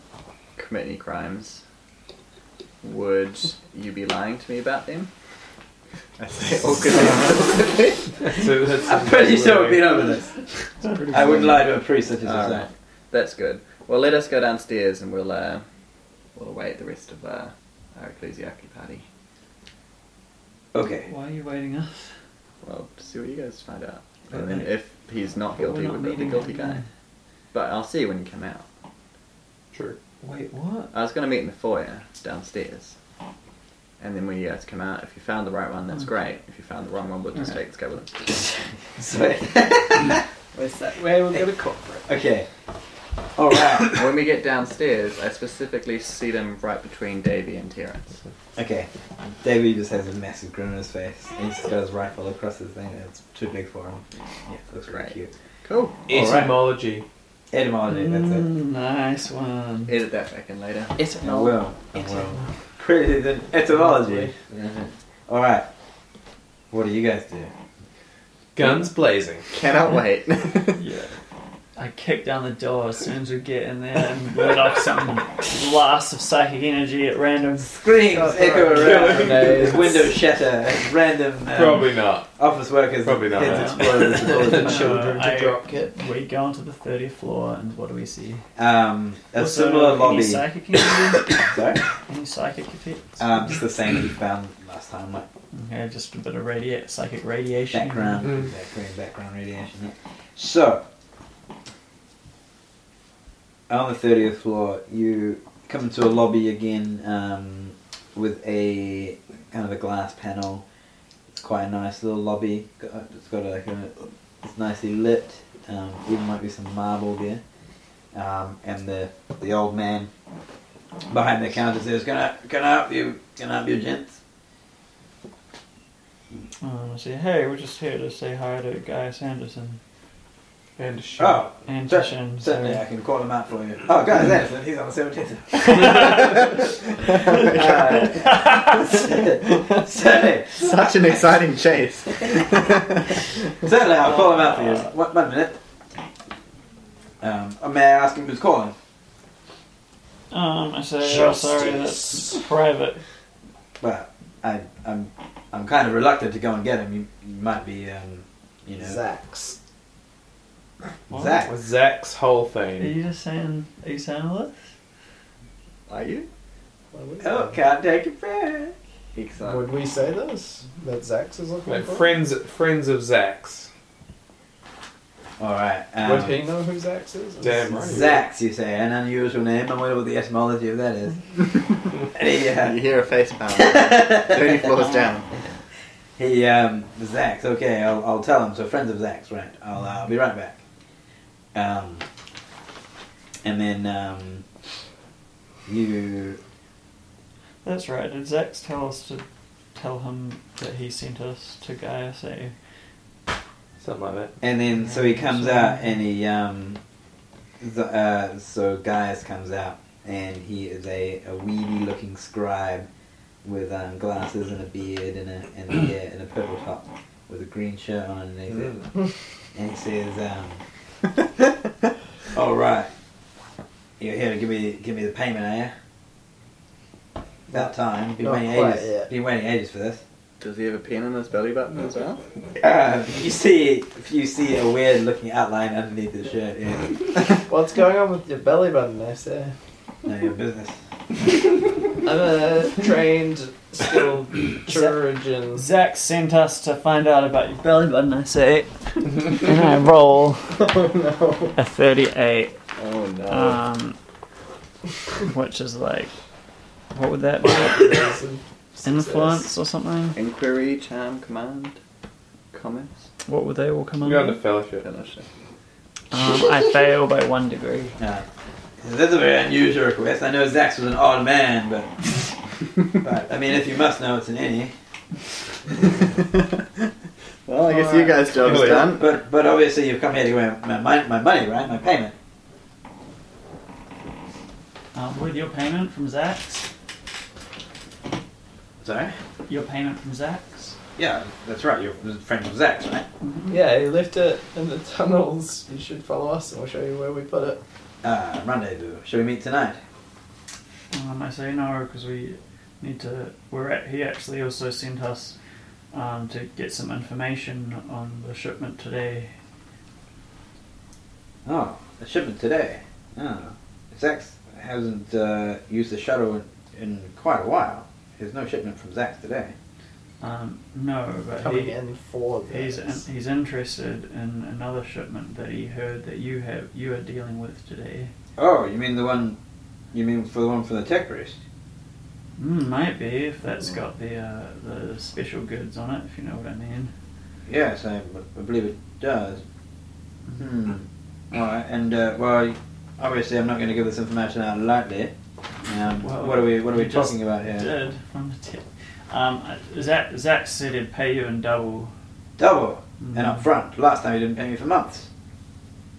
Speaker 5: commit any crimes, would you be lying to me about them?
Speaker 1: (laughs)
Speaker 5: I say awkwardly. (laughs)
Speaker 6: So that's-
Speaker 1: I'm pretty sure we've been over this.
Speaker 6: It's pretty
Speaker 1: I wouldn't lie
Speaker 6: funny.
Speaker 1: to a priest such as
Speaker 5: All
Speaker 1: yourself.
Speaker 5: That's good. Well, let us go downstairs and we'll uh, we'll await the rest of uh, our ecclesiarchy party.
Speaker 1: Okay.
Speaker 4: Why are you waiting us?
Speaker 5: Well, see what you guys find out.
Speaker 4: Okay.
Speaker 5: And then if he's not
Speaker 4: But we're
Speaker 5: guilty,
Speaker 4: not
Speaker 5: we'll be the
Speaker 4: meeting
Speaker 5: guilty
Speaker 4: him,
Speaker 5: guy. But I'll see you when you come out.
Speaker 6: True.
Speaker 4: Wait, what?
Speaker 5: I was going to meet in the foyer downstairs. And then when you guys come out, if you found the right one,
Speaker 4: Hmm.
Speaker 5: that's great. If you found the wrong one, we'll just take this guy with us.
Speaker 1: Sweet.
Speaker 2: Where's that? Where we'll go to corporate.
Speaker 1: (laughs) okay. All right.
Speaker 5: when we get downstairs, I specifically see them right between Davy and Terence.
Speaker 1: Okay. Davey just has a massive grin on his face. And he's just got his rifle across his thing. and It's too big for him. Yeah, looks really
Speaker 5: Right.
Speaker 1: cute.
Speaker 5: Cool.
Speaker 6: Etymology.
Speaker 1: Etymology. That's it.
Speaker 4: Mm, nice one.
Speaker 5: Edit that back in later.
Speaker 2: It's
Speaker 1: I will. I will. Pretty than etymology. All right. What do you guys do?
Speaker 6: Guns blazing.
Speaker 5: Cannot wait. (laughs)
Speaker 6: Yeah.
Speaker 4: I kick down the door as soon as we get in there and let off some blast of psychic energy
Speaker 1: (laughs)
Speaker 4: at random.
Speaker 1: Screams
Speaker 4: Oh,
Speaker 1: echo
Speaker 4: sorry.
Speaker 1: (laughs) around.
Speaker 6: Grenades.
Speaker 1: Windows shatter. as Random um,
Speaker 6: Probably not.
Speaker 1: office workers.
Speaker 6: Probably not.
Speaker 1: Heads explode. explode.
Speaker 6: (laughs)
Speaker 4: Children to drop
Speaker 2: kick.
Speaker 4: Uh, We go onto the 30th floor and what do we see?
Speaker 1: Um, a
Speaker 4: Also,
Speaker 1: similar
Speaker 4: Any
Speaker 1: lobby. (laughs)
Speaker 4: psychic energy?
Speaker 1: (coughs) Sorry.
Speaker 4: any psychic effects?
Speaker 1: Um, just the same we found last time. Like
Speaker 4: Okay, just a bit of radiate, psychic radiation.
Speaker 1: Background,
Speaker 6: Mm.
Speaker 1: Mm-hmm. background, background radiation. Yeah. So, on the thirtieth floor, you come into a lobby again um, with a kind of a glass panel. It's quite a nice little lobby. Got- It's got like a, it's nicely lit. Um, even might be some marble there. Um, and the the old man behind the counter says, "Can I can I help you? Can I help you, gents?"
Speaker 4: Um, I say, hey, we're just here to say hi to Guy Sanderson
Speaker 6: And a shot.
Speaker 1: Oh,
Speaker 4: and
Speaker 1: Cer-
Speaker 4: Tishan.
Speaker 1: Certainly, I can call him out for you. Oh, guys, Anderson, (laughs) he's on the seventeenth. certainly,
Speaker 5: Such an exciting chase.
Speaker 1: certainly, I'll call him out for you. One, one minute. Um, oh, may I ask him who's calling?
Speaker 4: Um, I say, oh, sorry, that's private.
Speaker 1: Well, I, I'm, I'm kind of reluctant to go and get him. You, you might be, um, you know,
Speaker 3: Zax.
Speaker 4: What?
Speaker 1: Zach.
Speaker 6: Was Zach's whole
Speaker 4: Are
Speaker 6: thing.
Speaker 4: you just saying, are you saying all this?
Speaker 5: Are you?
Speaker 1: Oh, can't take it back.
Speaker 5: Excellent. (laughs)
Speaker 3: Would we say this? That Zax is looking
Speaker 6: Like
Speaker 3: for?
Speaker 6: friends, friends of Zach's.
Speaker 1: All right.
Speaker 6: Would
Speaker 1: Um,
Speaker 6: he
Speaker 3: know who Zax is?
Speaker 6: Damn right.
Speaker 1: Zach's, you say, an unusual name. I wonder what the etymology of that is. (laughs) Any,
Speaker 5: (laughs)
Speaker 1: uh,
Speaker 5: You hear a face pound. 30 floors down.
Speaker 1: He, um, Zax, okay, I'll, I'll tell him. So, friends of Zax, right. I'll, uh, be right back. Um, and then, um, you,
Speaker 4: That's right, did Zax tell us to tell him that he sent us to Guy, say,
Speaker 6: Something like that.
Speaker 1: and then, so he comes out and he, um, the, uh, so Gaius comes out and he is a, a weedy looking scribe with, um, glasses and a beard and a, and a, yeah, and a purple top with a green shirt on underneath it. And he says, um, "All right, you're here to give me give me the payment, are you? About time. Been
Speaker 3: Not
Speaker 1: waiting
Speaker 3: quite
Speaker 1: ages.
Speaker 3: yet.
Speaker 1: Been waiting ages for this."
Speaker 5: Does he have a pen in his belly button as well?
Speaker 1: Uh, you see, you see a weird looking outline underneath the shirt. Yeah,
Speaker 3: (laughs) What's going on with your belly button, I say?
Speaker 1: no, your business.
Speaker 3: I'm a trained skilled (coughs) chirurgeon.
Speaker 4: Zax sent us to find out about your belly button, I say. and I (laughs) roll
Speaker 3: Oh
Speaker 4: a 38.
Speaker 5: Oh no.
Speaker 4: Um, which is like, what would that be? (coughs)
Speaker 3: no.
Speaker 4: Influence or something?
Speaker 5: Inquiry, charm, command, comments,
Speaker 4: What would they all come
Speaker 6: You're under
Speaker 4: under? Um,
Speaker 6: fellowship.
Speaker 5: fellowship.
Speaker 4: (laughs) I fail by one degree.
Speaker 1: Uh, he says, that's a very unusual request. I know Zax was an odd man, but, but I mean, if you must know, it's an any.
Speaker 5: (laughs) well, I guess you guys' job's
Speaker 6: Anyway.
Speaker 5: done.
Speaker 1: But but obviously, you've come here to get my, my, my money, right? My payment.
Speaker 4: Um, with your payment from Zax,
Speaker 1: Sorry.
Speaker 4: your payment from Zax. Mm-hmm.
Speaker 1: Yeah, that's right. You're the friend of Zach's, right?
Speaker 3: Yeah, he left it in the tunnels. You should follow us and we'll show you where we put it.
Speaker 1: Uh, rendezvous. Shall we meet tonight?
Speaker 4: Um, I say no because we need to. We're at. He actually also sent us um, to get some information on the shipment today.
Speaker 1: Oh, the shipment today. Oh, Zach's hasn't uh, used the shuttle in, in quite a while. There's no shipment from Zach today.
Speaker 4: Um, no,
Speaker 2: Oh,
Speaker 4: but
Speaker 3: Coming
Speaker 4: he,
Speaker 3: in for
Speaker 4: he's
Speaker 3: this.
Speaker 4: in, he's interested in another shipment that he heard that you have you are dealing with today.
Speaker 1: Oh, you mean the one? You mean for the one from the tech priest?
Speaker 4: Mm, might be if that's got the uh, the special goods on it, if you know what I mean.
Speaker 1: Yes, I, I believe it does. Hmm. All right, and uh, well, obviously I'm not going to give this information out lightly. Um,
Speaker 4: Well,
Speaker 1: what are we? What are we
Speaker 4: you just
Speaker 1: talking about here?
Speaker 4: Did from the tip. Um, Zach Zach said he'd pay you in double.
Speaker 1: Double
Speaker 4: Mhm.
Speaker 1: and up front. Last time he didn't pay me for months.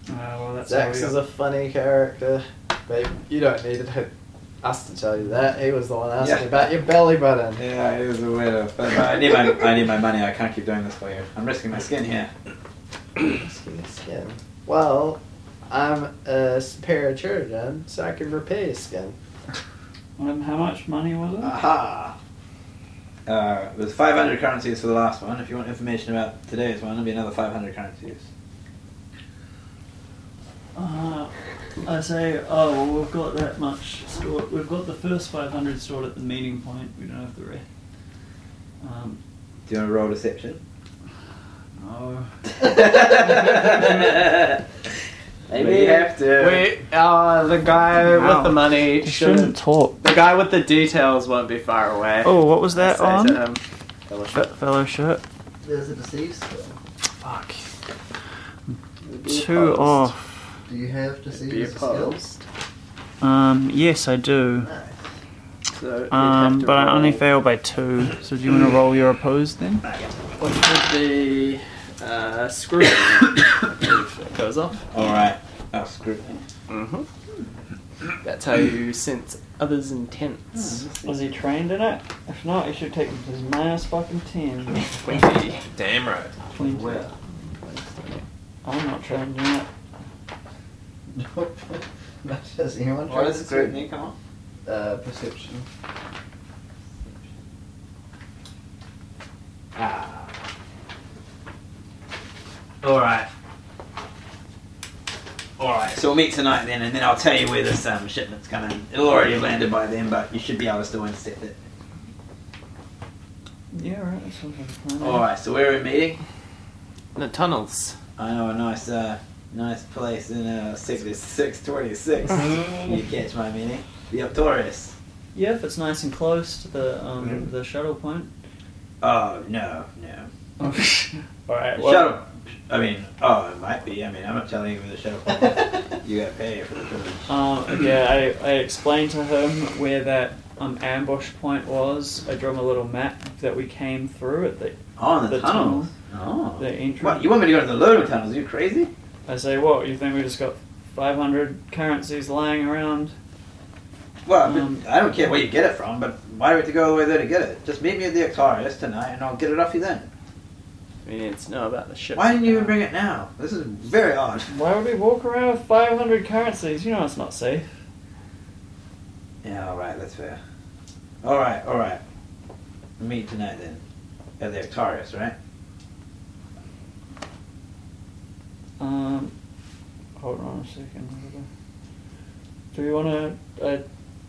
Speaker 4: Uh, well, that's how
Speaker 3: Zax
Speaker 4: we
Speaker 3: is
Speaker 4: got-
Speaker 3: a funny character, but you don't need to- us to tell you that. He was the one asking
Speaker 1: Yeah.
Speaker 3: about your belly button.
Speaker 1: Yeah, it was a weirdo. But I need my I need my money. I can't keep doing this for you. I'm risking my skin here.
Speaker 3: Skin to skin. Well, I'm a parachurgeon, so I can repair your skin.
Speaker 4: Um, how much money was it?
Speaker 1: Aha. Uh, it was 500 currencies for the last one. If you want information about today's one, it'll be another 500 currencies.
Speaker 4: Uh, I say, oh, well, we've got that much stored. We've got the first 500 stored at the meeting point. We don't have the rest. Um,
Speaker 1: Do you want to roll deception?
Speaker 4: No.
Speaker 1: Maybe you have to.
Speaker 2: Wait, uh, the guy
Speaker 4: Wow.
Speaker 2: with the money shouldn't.
Speaker 4: talk.
Speaker 2: The guy with the details won't be far away.
Speaker 4: Oh, what was that
Speaker 2: Say to
Speaker 4: on?
Speaker 2: him.
Speaker 4: Fe- fellowship.
Speaker 3: There's a deceive spell.
Speaker 4: Fuck. Two off.
Speaker 3: Do you have deceive
Speaker 5: Be
Speaker 3: as a skill?
Speaker 5: opposed.
Speaker 4: Um, yes, I
Speaker 3: No.
Speaker 4: do.
Speaker 5: So you'd
Speaker 4: Um,
Speaker 5: have to
Speaker 4: but I only
Speaker 5: roll.
Speaker 4: fail by two. So do you want to roll your opposed then?
Speaker 2: What would the uh, (coughs) screw it goes off?
Speaker 1: Alright. Oh, screw it.
Speaker 2: Mm-hmm. That's how you sense others'
Speaker 3: Hmm,
Speaker 2: intents.
Speaker 4: Was he trained in it? If not, he should take him to his minus fucking 10.
Speaker 6: Twenty. Damn right.
Speaker 4: 20. I'm not trained in it.
Speaker 3: Does anyone try
Speaker 5: Why does
Speaker 3: to-
Speaker 5: scrutiny come up?
Speaker 3: Uh, perception.
Speaker 1: Alright. Alright, so we'll meet tonight then, and then I'll tell you where this um, shipment's coming. It'll already have landed by then, but you should be able to still intercept it.
Speaker 4: Yeah, right, that sounds like a plan.
Speaker 1: Alright, so where are we meeting?
Speaker 2: The tunnels.
Speaker 1: I know a nice, uh, nice place in uh, 6626.
Speaker 4: Uh-huh.
Speaker 1: you catch my meaning? The Uptorus.
Speaker 4: Yeah, if it's nice and close to the um, the shuttle point.
Speaker 1: Oh, no, no.
Speaker 4: Alright,
Speaker 1: The shuttle. I mean, oh, it might be. I mean, I'm not telling you where the shuttle point is. You gotta pay for the privilege.
Speaker 4: (laughs) Um, yeah, I, I explained to him where that um, ambush point was. I drew him a little map that we came through at the,
Speaker 1: Oh, in the,
Speaker 4: The
Speaker 1: tunnels. Oh.
Speaker 4: the entrance.
Speaker 1: What, you want me to go to the loading tunnels? Are you crazy?
Speaker 4: I say, what, you think we just got 500 currencies lying around?
Speaker 1: Well, I mean,
Speaker 4: Um,
Speaker 1: I don't care where you get it from, but why do we have to go all the way there to get it? Just meet me at the Octarius tonight and I'll get it off you then.
Speaker 2: We need to know about the ship.
Speaker 1: Why didn't you even bring it now? This is very odd.
Speaker 4: Why would we walk around with 500 currencies? You know it's not safe.
Speaker 1: Yeah, alright, that's fair. Alright, alright. Meet tonight then. At the Octarius, right?
Speaker 4: Um, hold on a second. Do we want to, I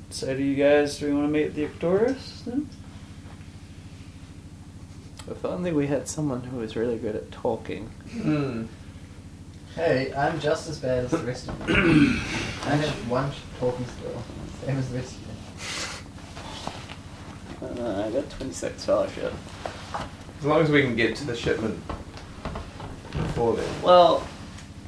Speaker 4: say to you guys, do we want to meet the Octorus then?
Speaker 2: If only we had someone who was really good at talking.
Speaker 6: Mm.
Speaker 3: Hey, I'm just as bad as the rest of you.
Speaker 2: (coughs)
Speaker 3: I have one sh- talking skill, same as the rest of
Speaker 2: (laughs)
Speaker 3: you.
Speaker 2: Uh, I got 26 fellowship.
Speaker 6: As long as we can get to the shipment before then.
Speaker 2: Well,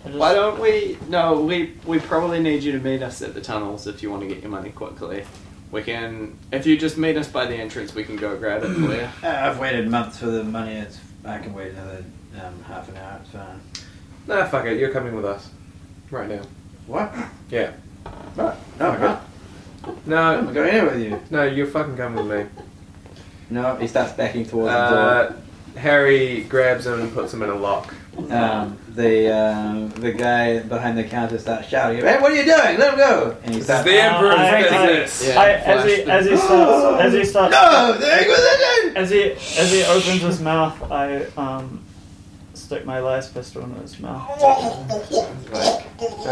Speaker 4: I just-
Speaker 2: why don't we? No, we we probably need you to meet us at the tunnels if you want to get your money quickly. We can, if you just meet us by the entrance, we can go grab it for you.
Speaker 1: Uh, I've waited months for the money. It's, I can wait another um, half an hour. It's fine.
Speaker 6: Nah, fuck it. You're coming with us, right now.
Speaker 1: What?
Speaker 6: Yeah.
Speaker 1: What? No, I'm not. I'm
Speaker 6: No,
Speaker 1: not going anywhere with you.
Speaker 6: no, you're fucking coming with me.
Speaker 1: No, he starts backing towards
Speaker 6: Uh, Harry grabs him and puts him in a lock.
Speaker 1: the door. Um, the um, the guy behind the counter starts shouting, "Hey, what are you doing? Let him go!" And he
Speaker 6: This is
Speaker 1: starts.
Speaker 6: the emperor's
Speaker 4: I- I-
Speaker 6: business.
Speaker 2: Yeah,
Speaker 4: I, as he
Speaker 2: flash
Speaker 4: as he
Speaker 1: them.
Speaker 6: (laughs)
Speaker 4: starts as he
Speaker 1: (gasps)
Speaker 4: starts
Speaker 1: No, the Inquisition!
Speaker 4: as he as he opens his mouth, I um stick my last pistol in his mouth. (laughs)
Speaker 6: All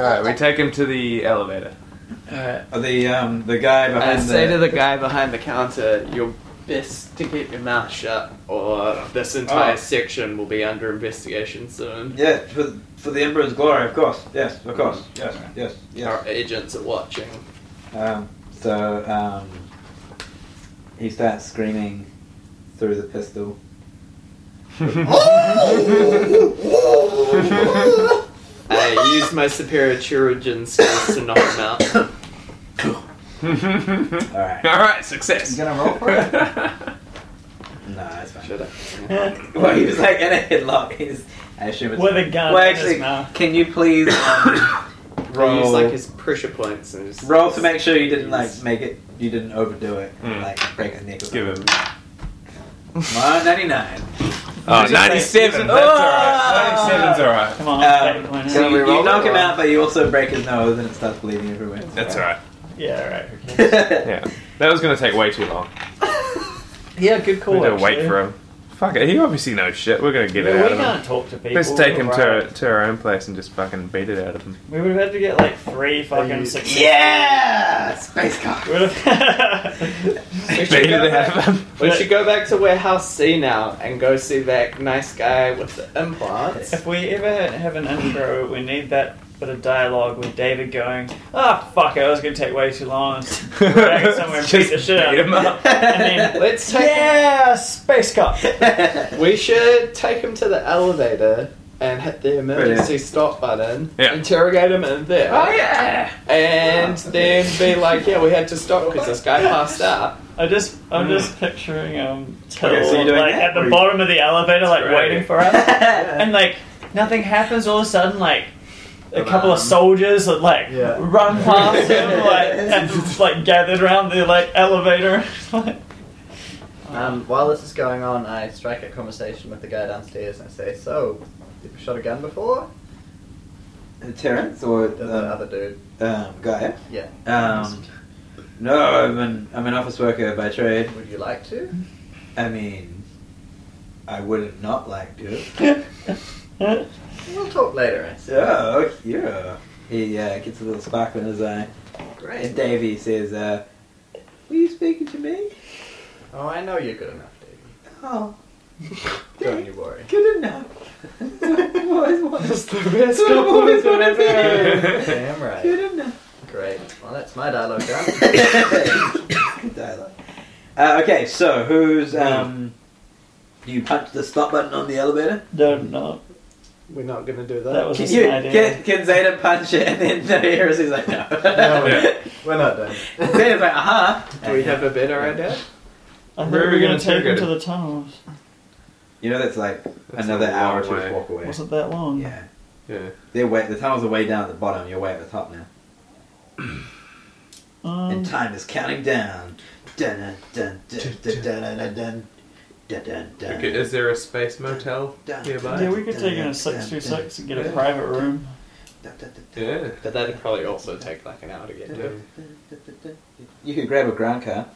Speaker 6: right, we take him to the elevator. (laughs)
Speaker 1: Uh, (laughs) the um, the guy
Speaker 2: I
Speaker 1: behind
Speaker 2: say
Speaker 1: the,
Speaker 2: to the guy behind the counter, you're best to keep your mouth shut, or this entire
Speaker 1: Oh.
Speaker 2: section will be under investigation soon.
Speaker 1: yeah for for the emperor's glory, of course. Yes, of course. Yes, yes, yes.
Speaker 2: Our agents are watching.
Speaker 1: Um, so um, he starts screaming through the pistol.
Speaker 2: I use my superior chirurgeon skills to knock him out.
Speaker 1: All right,
Speaker 6: All right, success.
Speaker 3: You gonna roll for it?
Speaker 1: no, that's fine. (laughs)
Speaker 2: Should I?
Speaker 1: Well, he was like in a headlock. He's, I assume it's
Speaker 4: With a gun
Speaker 1: Well,
Speaker 4: in his
Speaker 1: actually,
Speaker 4: mouth.
Speaker 1: can you please (coughs) um,
Speaker 2: I
Speaker 1: roll
Speaker 2: use like his pressure points and just
Speaker 1: roll to make sure you didn't like make it, you didn't overdo it,
Speaker 6: Mm.
Speaker 1: like break his neck. Or
Speaker 6: (laughs) Give him.
Speaker 1: something. Well, ninety nine.
Speaker 6: Oh, 97. That's all right. 97's all right.
Speaker 4: Come on, take
Speaker 1: Um,
Speaker 4: one
Speaker 1: so
Speaker 4: out.
Speaker 1: you, you
Speaker 6: roll it
Speaker 1: knock him
Speaker 6: or-
Speaker 1: out, but you also break his nose and it starts bleeding everywhere. (laughs)
Speaker 6: That's all right.
Speaker 4: Yeah, right. who cares?
Speaker 1: yeah.
Speaker 6: Yeah, that was gonna take way too long.
Speaker 4: Yeah, good
Speaker 6: We
Speaker 4: call.
Speaker 6: had to wait
Speaker 4: actually.
Speaker 6: for him. Fuck it, he obviously knows shit. We're gonna get
Speaker 3: Yeah,
Speaker 6: it
Speaker 3: we
Speaker 6: out of him.
Speaker 3: can't talk to people.
Speaker 6: Let's take him to,
Speaker 3: right?
Speaker 6: our- to our own place and just fucking beat it out of him.
Speaker 4: We would have had to get like three fucking
Speaker 3: you-
Speaker 4: six.
Speaker 1: Yeah! Space (laughs) cock.
Speaker 4: Would have.
Speaker 2: We
Speaker 6: Beat
Speaker 2: should, go
Speaker 6: it out
Speaker 2: back,
Speaker 6: of him.
Speaker 2: we should go back to warehouse C now and go see that nice guy with the
Speaker 1: (laughs)
Speaker 2: implants.
Speaker 4: (laughs) if we ever have an intro, we need that bit of dialogue with David going, "Ah, fuck! I was going to take way too long."
Speaker 6: (laughs)
Speaker 4: Drag somewhere and beat the shit out of
Speaker 1: (laughs)
Speaker 6: him up.
Speaker 4: And then,
Speaker 2: Let's take.
Speaker 4: yeah, space cop.
Speaker 2: We should take him to the elevator and hit the emergency
Speaker 1: Brilliant. Ah.
Speaker 2: stop button.
Speaker 6: Yeah.
Speaker 2: Interrogate him in there.
Speaker 1: Oh, yeah!
Speaker 2: And then be like, yeah, we had to stop because this guy passed out.
Speaker 4: I just, I'm just picturing um, Till
Speaker 1: Okay, so you're doing
Speaker 4: like
Speaker 1: that,
Speaker 4: at
Speaker 1: or
Speaker 4: the
Speaker 1: you-
Speaker 4: bottom of the elevator, like
Speaker 6: great.
Speaker 4: waiting
Speaker 1: (laughs)
Speaker 4: for us, and like nothing happens. All of a sudden, like a couple of soldiers that like
Speaker 3: Yeah.
Speaker 4: run past him, like and, like gathered around the like elevator. (laughs) like, (laughs)
Speaker 5: Um, while this is going on, I strike a conversation with the guy downstairs and I say, "So, you ever shot a gun before?"
Speaker 1: (laughs) Terrence or
Speaker 5: The,
Speaker 1: um,
Speaker 5: the other dude.
Speaker 1: um, guy?
Speaker 5: Yeah.
Speaker 1: Um, no, I'm an I'm an office worker by trade.
Speaker 5: Would you like to?
Speaker 1: I mean, I wouldn't not like to.
Speaker 5: We'll talk later. I say.
Speaker 1: So yeah, he uh, gets a little sparkle in his eye. And
Speaker 5: Great.
Speaker 1: Davy says, uh, "Were you speaking to me?"
Speaker 5: Oh, I know you're good enough, Davey.
Speaker 1: Oh,
Speaker 5: Don't you
Speaker 2: (laughs)
Speaker 5: worry.
Speaker 1: good enough. (laughs) I've always wanted.
Speaker 2: That's the best
Speaker 1: I've always wanted to be.
Speaker 2: (laughs)
Speaker 5: (laughs) Damn right.
Speaker 1: Good enough.
Speaker 5: Great. Well, that's my dialogue done.
Speaker 1: (laughs) Good dialogue. Uh, okay, so who's um? You punch the stop button on the elevator.
Speaker 4: don't know.
Speaker 2: We're not going to do
Speaker 4: That was
Speaker 1: Can,
Speaker 4: just
Speaker 1: you,
Speaker 4: an idea.
Speaker 1: can, can Zeta punch it and then the heroes is like, no.
Speaker 5: No,
Speaker 6: Yeah.
Speaker 5: We're not done.
Speaker 1: (laughs) Zeta's like, "Uh-huh." aha.
Speaker 2: Do we have a better idea?
Speaker 4: I think
Speaker 6: Where are
Speaker 4: we
Speaker 6: we
Speaker 4: were
Speaker 6: gonna
Speaker 4: going to take him
Speaker 6: interrogate
Speaker 4: to
Speaker 6: him?
Speaker 4: the tunnels.
Speaker 1: You know that's like (laughs)
Speaker 6: That's
Speaker 1: another
Speaker 6: a long
Speaker 1: hour to
Speaker 6: way.
Speaker 1: walk away.
Speaker 4: Was it that long?
Speaker 1: Yeah.
Speaker 6: Yeah.
Speaker 1: They're way, the tunnels are way down at the bottom, you're way at the top now.
Speaker 4: Um,
Speaker 1: And time is counting down. Dun dun dun dun dun dun dun dun dun dun.
Speaker 6: Okay, is there a space motel nearby?
Speaker 4: yeah, we could take him to six through six and get a private room.
Speaker 1: Dun, dun, dun, dun,
Speaker 6: Yeah.
Speaker 2: But that'd probably also take like an hour to get
Speaker 1: dun,
Speaker 6: (laughs)
Speaker 2: to.
Speaker 1: dun, dun, dun, dun. You could grab a ground car.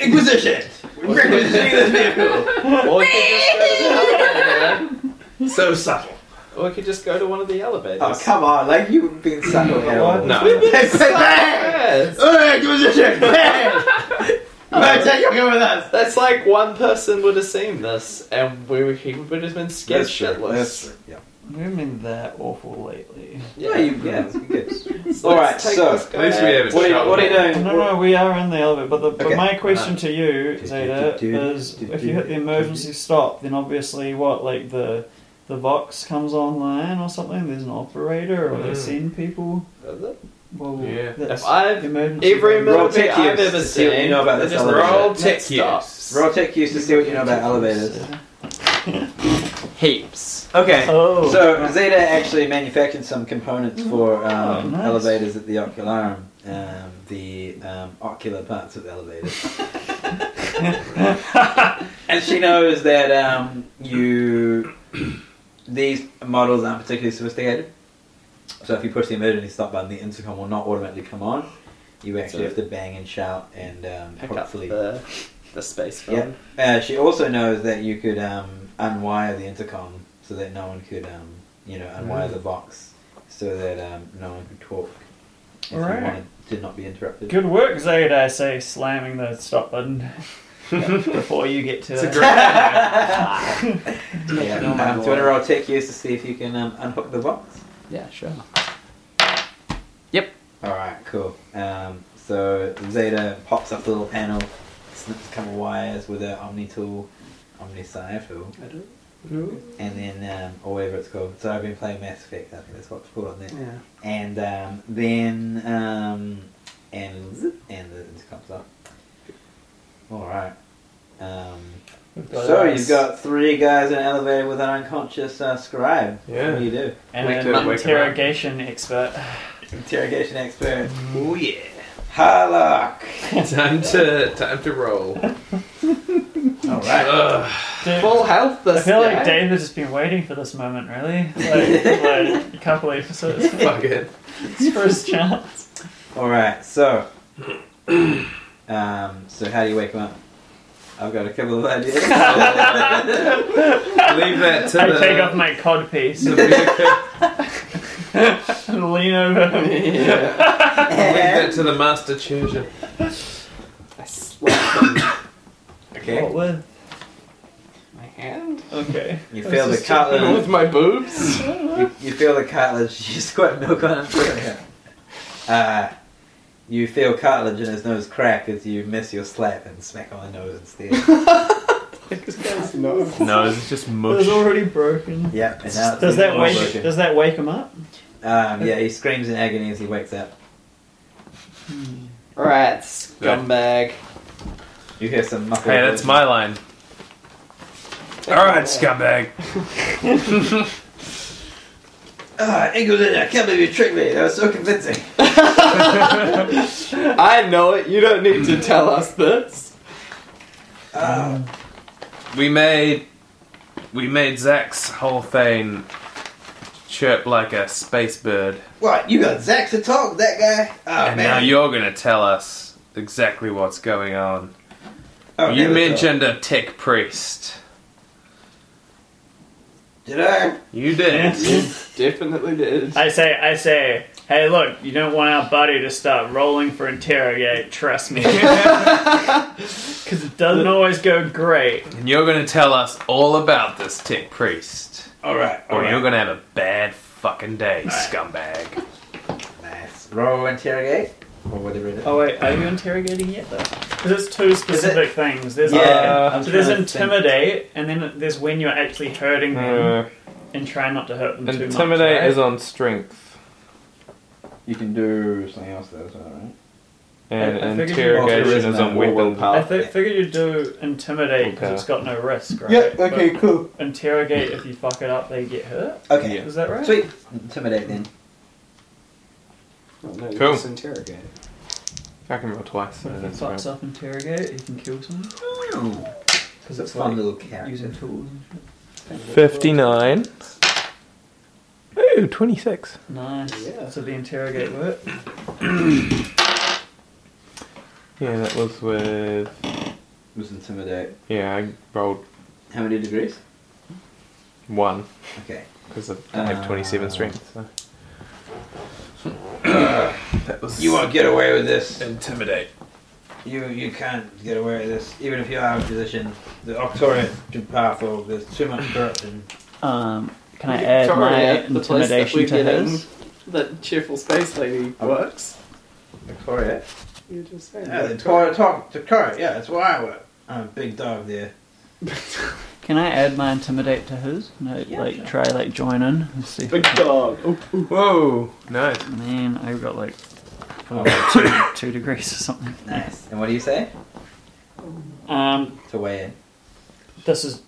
Speaker 1: Inquisition! Requisitioning this vehicle!
Speaker 2: Or we could just go to the elevator.
Speaker 1: So subtle.
Speaker 2: Or we could just go to one of the elevators.
Speaker 1: Oh come on! Like you've been subtle here. all (laughs)
Speaker 6: No.
Speaker 1: the time. Hey, bang!
Speaker 2: Yes.
Speaker 1: Hey, Inquisition! Bang! Merchant, you're coming with us.
Speaker 2: That's like one person would have seen this, and we he would have been scared shitless.
Speaker 1: Yeah.
Speaker 4: We haven't been that awful
Speaker 1: (laughs)
Speaker 4: lately.
Speaker 1: Yeah, you, yeah, it's good.
Speaker 2: So
Speaker 1: All
Speaker 2: let's
Speaker 1: right,
Speaker 2: take
Speaker 1: so,
Speaker 2: this guy
Speaker 6: at least we
Speaker 2: out.
Speaker 6: have a
Speaker 1: What are you, what are you doing?
Speaker 4: No, no, we are in the elevator. But, the, but
Speaker 1: Okay.
Speaker 4: my question to you, Zeta,
Speaker 1: Do, do, do,
Speaker 4: is
Speaker 1: do,
Speaker 4: if
Speaker 1: do,
Speaker 4: you hit
Speaker 1: do,
Speaker 4: the emergency stop, then obviously what, like the the Vox comes online or something. There's an operator, or they
Speaker 6: Mm.
Speaker 4: send people. Well,
Speaker 6: Yeah.
Speaker 4: that's
Speaker 2: If I've
Speaker 4: emergency.
Speaker 2: every
Speaker 1: Roll
Speaker 2: movie
Speaker 1: tech
Speaker 2: I've
Speaker 1: use
Speaker 2: ever
Speaker 1: to see what
Speaker 2: seen,
Speaker 1: you know about this
Speaker 2: just
Speaker 1: elevator.
Speaker 2: roll
Speaker 6: Next
Speaker 2: tech
Speaker 6: year.
Speaker 2: stops.
Speaker 1: Roll tech use to see what you know about elevators.
Speaker 2: heaps.
Speaker 1: Okay.
Speaker 4: Oh.
Speaker 1: So Zeta actually manufactured some components for um,
Speaker 4: Oh, nice.
Speaker 1: elevators at the Ocularum, um, the um, ocular parts of the elevators. and she knows that um, you these models aren't particularly sophisticated. So if you push the emergency stop button, the intercom will not automatically come on. You actually
Speaker 2: So-
Speaker 1: have to bang and shout and um,
Speaker 2: Pick up
Speaker 1: hopefully
Speaker 2: the, the space phone.
Speaker 1: Yeah. uh, she also knows that you could um, unwire the intercom so that no one could, um, you know,
Speaker 2: Mm.
Speaker 1: unwire the box so that um, no one could talk. If you
Speaker 4: Alright.
Speaker 1: wanted to not be interrupted.
Speaker 2: (laughs)
Speaker 4: (laughs) Good work, Zeta. I say, slamming the stop button before you get to.
Speaker 6: It's a
Speaker 4: it.
Speaker 1: (laughs)
Speaker 6: great idea.
Speaker 1: (laughs) Yeah, um, do you want to roll tech use to see if you can um, unhook the box?
Speaker 2: Yeah, sure.
Speaker 1: All right, cool. Um, so Zeta pops up the little panel, snips a couple wires with her Omni tool, Omni Scythe tool, and then um, or whatever it's called. So I've been playing Mass Effect. I think that's what it's called on there.
Speaker 2: Yeah.
Speaker 1: and um, then um, and zip, and the it comes up. All right. Um, so you've got three guys in an elevator with an unconscious uh, scribe.
Speaker 6: Yeah.
Speaker 1: What do you do?
Speaker 4: and
Speaker 6: We
Speaker 4: an
Speaker 6: could wake 'em up.
Speaker 4: interrogation expert.
Speaker 1: Interrogation expert.
Speaker 6: Oh yeah.
Speaker 1: Harlock.
Speaker 6: Time to time to roll.
Speaker 1: All right.
Speaker 6: Ugh.
Speaker 2: (laughs)
Speaker 4: Dude,
Speaker 2: Full health
Speaker 4: I
Speaker 2: this
Speaker 4: feel like
Speaker 2: guy.
Speaker 4: David has been waiting for this moment, really. Like, like a couple episodes
Speaker 6: Fuck it.
Speaker 4: It's for
Speaker 1: (laughs)
Speaker 4: his chance.
Speaker 1: (clears throat) All right. So. Um, so how do you wake him up? I've got a couple of
Speaker 6: (laughs)
Speaker 1: ideas. Leave that to
Speaker 4: I
Speaker 1: the.
Speaker 4: take off my cod piece
Speaker 1: to
Speaker 4: (laughs)
Speaker 1: the-
Speaker 4: and lean over him.
Speaker 6: Leave that to the master churcher.
Speaker 2: I slapped him.
Speaker 1: okay.
Speaker 3: with?
Speaker 2: My hand?
Speaker 4: Okay.
Speaker 1: You feel the
Speaker 3: This is stupid.
Speaker 2: (laughs) With
Speaker 1: cartilage.
Speaker 2: my
Speaker 1: (laughs)
Speaker 2: boobs?
Speaker 1: You, you feel the cartilage. (laughs) You squirt milk on it. put it in. Uh, you feel cartilage in his nose crack as you miss your slap and smack on the nose
Speaker 6: (laughs)
Speaker 1: instead.
Speaker 3: This guy's nose.
Speaker 6: No, it's just
Speaker 4: It was already broken.
Speaker 1: yep. And now it's
Speaker 4: Does that
Speaker 1: all
Speaker 4: wake?
Speaker 1: broken.
Speaker 4: Does that wake him up?
Speaker 1: Um, yeah, he screams in agony as he wakes up.
Speaker 2: Alright, scumbag.
Speaker 1: You hear some muffled.
Speaker 6: Hey, that's my line. Alright, scumbag.
Speaker 1: Ah, Ingleton, I can't believe you tricked me. That was so convincing.
Speaker 6: Mm.
Speaker 2: I know it. You don't need to tell us this.
Speaker 1: Ah.
Speaker 6: We made we made Zach's whole thing chirp like a space bird.
Speaker 1: What? You got Zach to talk, that guy? Oh,
Speaker 6: and
Speaker 1: man.
Speaker 6: now you're gonna tell us exactly what's going on.
Speaker 1: Oh,
Speaker 6: you
Speaker 1: never
Speaker 6: mentioned a tech priest.
Speaker 1: thought. Did I?
Speaker 6: You did.
Speaker 4: Yeah.
Speaker 2: Definitely did.
Speaker 4: I say, I say, hey, look, you don't want our body to start rolling for interrogate. Trust
Speaker 1: (laughs)
Speaker 4: me, because it doesn't always go great.
Speaker 6: and you're gonna tell us all about this tech priest.
Speaker 1: Alright,
Speaker 6: Or you're gonna have a bad fucking day, scumbag.
Speaker 1: Nice. Roll interrogate? Or whatever it is.
Speaker 4: Oh wait, are you interrogating yet though? Because it's two specific things. There's
Speaker 1: Yeah,
Speaker 4: uh,
Speaker 1: I'm
Speaker 4: so there's
Speaker 1: trying to think. Uh,
Speaker 4: intimidate, and then there's when you're actually hurting them and try not to hurt them too much. right?
Speaker 6: on strength.
Speaker 1: You can do something else though, is that right?
Speaker 4: And I- I figured you- interrogation
Speaker 1: is on weapon.
Speaker 4: I thi- figured you'd do intimidate because
Speaker 6: Okay.
Speaker 4: it's got no risk, right?
Speaker 1: cool.
Speaker 4: But interrogate if you fuck it up, they get hurt.
Speaker 1: Okay.
Speaker 4: Is that right?
Speaker 1: Sweet. Intimidate then.
Speaker 2: Oh, no, you
Speaker 6: Cool.
Speaker 2: just interrogate.
Speaker 6: I can roll twice.
Speaker 4: But if he fucks up interrogate, he can kill someone
Speaker 1: It's
Speaker 4: because
Speaker 1: a
Speaker 4: it's
Speaker 1: fun
Speaker 4: like
Speaker 1: little character.
Speaker 4: (laughs) using tools.
Speaker 6: 59. Ooh, 26.
Speaker 4: Nice.
Speaker 2: Yeah.
Speaker 4: So the interrogate work.
Speaker 6: Yeah, that was with.
Speaker 1: was intimidate.
Speaker 6: Yeah, I rolled
Speaker 1: How many degrees?
Speaker 6: one
Speaker 1: Okay.
Speaker 6: because I have 27
Speaker 1: Uh,
Speaker 6: strength. So. that
Speaker 1: (clears throat)
Speaker 6: was.
Speaker 1: You won't get away with this.
Speaker 6: Intimidate.
Speaker 1: You you can't get away with this. Even if you are in position, the Octorian is too powerful. There's too much corruption.
Speaker 4: Um, can I
Speaker 2: Yeah,
Speaker 4: add
Speaker 2: sorry,
Speaker 4: my
Speaker 2: at the place that we
Speaker 4: intimidation to
Speaker 2: get in,
Speaker 4: his?
Speaker 2: That cheerful space lady
Speaker 1: Oh.
Speaker 2: works.
Speaker 1: Victoria?
Speaker 2: You just saying
Speaker 1: Yeah,
Speaker 2: that.
Speaker 1: Victoria talk to Curry. Yeah, that's why I work. I'm a big dog there.
Speaker 4: Can I add my intimidate to his? No,
Speaker 1: Yeah,
Speaker 4: like
Speaker 1: sure.
Speaker 4: try like join in. Let's see.
Speaker 2: Big dog. Oh,
Speaker 6: Whoa, nice.
Speaker 4: Man, I got like
Speaker 1: Oh,
Speaker 4: two degrees or something.
Speaker 1: nice. And what do you say?
Speaker 4: Um,
Speaker 1: To weigh in.
Speaker 4: this is.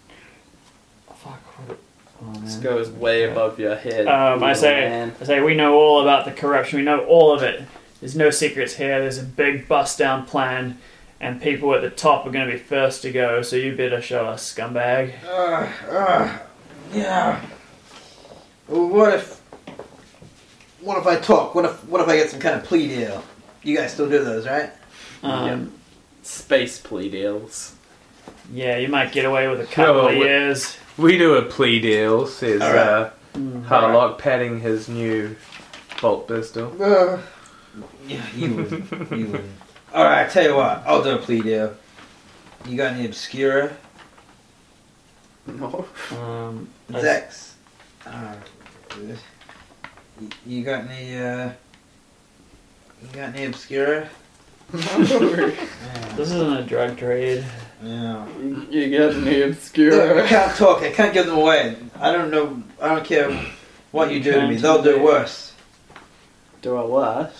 Speaker 4: Fuck. What, oh
Speaker 2: This
Speaker 4: man.
Speaker 2: goes way above your head.
Speaker 4: Um, I
Speaker 2: little
Speaker 4: say,
Speaker 2: man.
Speaker 4: I say, we know all about the corruption. We know all of it. There's no secrets here. There's a big bust down plan, and people at the top are going to be first to go. So you better show us, scumbag.
Speaker 1: Uh, uh, yeah. Well, What if? What if I talk? What if? What if I get some kind of plea deal? You guys still do those, right?
Speaker 4: Um,
Speaker 2: Space plea deals.
Speaker 4: yeah. you might get away with a couple
Speaker 6: Sure,
Speaker 4: of
Speaker 6: we-
Speaker 4: years.
Speaker 6: We do a plea deal, says
Speaker 1: All right.
Speaker 6: uh,
Speaker 4: Mm.
Speaker 6: Harlock, patting his new bolt pistol.
Speaker 1: Uh, yeah, you would. You would. All right, I tell you what. I'll do a plea deal. You got any obscura?
Speaker 2: No.
Speaker 4: Um, I-
Speaker 1: Zex. Uh, you- you got any? Uh, you got any obscura? Yeah.
Speaker 4: This isn't a drug trade.
Speaker 1: yeah.
Speaker 2: (laughs) you got any
Speaker 1: Look, I
Speaker 2: obscure.
Speaker 1: can't talk. I can't give them away. I don't know. I don't care what you do to me. They'll do worse.
Speaker 2: Do I what?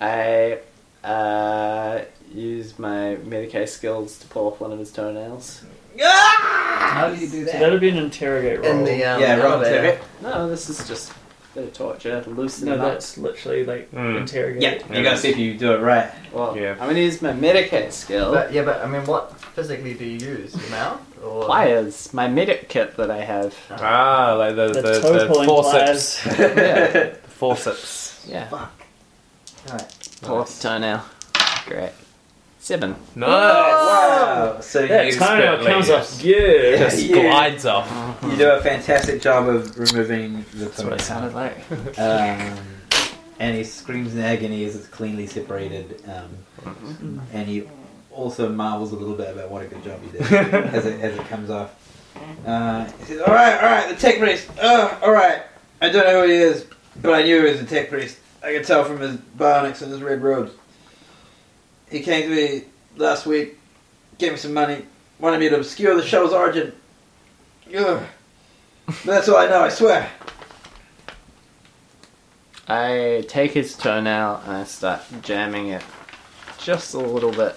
Speaker 2: I uh, use my Medicaid skills to pull off one of his toenails. Ah!
Speaker 1: How do you do
Speaker 4: So that'd be an interrogate roll.
Speaker 3: In the um,
Speaker 1: yeah, wrong
Speaker 3: elevator.
Speaker 1: ticket.
Speaker 2: No, this is just a bit of torture to loosen
Speaker 4: no,
Speaker 2: him up.
Speaker 4: that's literally like
Speaker 6: Mm.
Speaker 4: interrogate.
Speaker 1: Yeah, you gotta see if you do it right.
Speaker 2: Well,
Speaker 6: Yeah.
Speaker 2: I'm gonna use my Medicaid skill.
Speaker 3: But yeah, but I mean, what physically do you use? Your mouth or
Speaker 2: Pliers, my medic kit that I have.
Speaker 6: Ah, like the,
Speaker 4: The
Speaker 6: the,
Speaker 4: toe
Speaker 6: the,
Speaker 4: pulling
Speaker 6: forceps. (laughs)
Speaker 2: Yeah.
Speaker 6: Forceps.
Speaker 2: Yeah.
Speaker 1: Fuck. (laughs) Alright.
Speaker 2: Pull off the toenail. Great. Seven.
Speaker 6: Nice.
Speaker 1: (laughs)
Speaker 2: Ah!
Speaker 1: Wow! So
Speaker 4: That
Speaker 1: you,
Speaker 4: toenail comes up
Speaker 6: Expertly.
Speaker 4: good.
Speaker 1: Yeah.
Speaker 6: Just
Speaker 1: you-
Speaker 6: glides off.
Speaker 1: you do a fantastic job of removing the
Speaker 2: That's what it sounded like.
Speaker 6: (laughs)
Speaker 1: Um, and he screams in agony as it's cleanly separated. Um, and he also marvels a little bit about what a good job he did as it, as it comes off. Uh, he says, "All right, all right, the tech priest. Oh, all right. I don't know who he is, but I knew he was a tech priest. I could tell from his bionics and his red robes. He came to me last week, gave me some money, wanted me to obscure the show's origin. Ugh. That's all I know. I swear."
Speaker 2: I take his toenail and I start jamming it just a little bit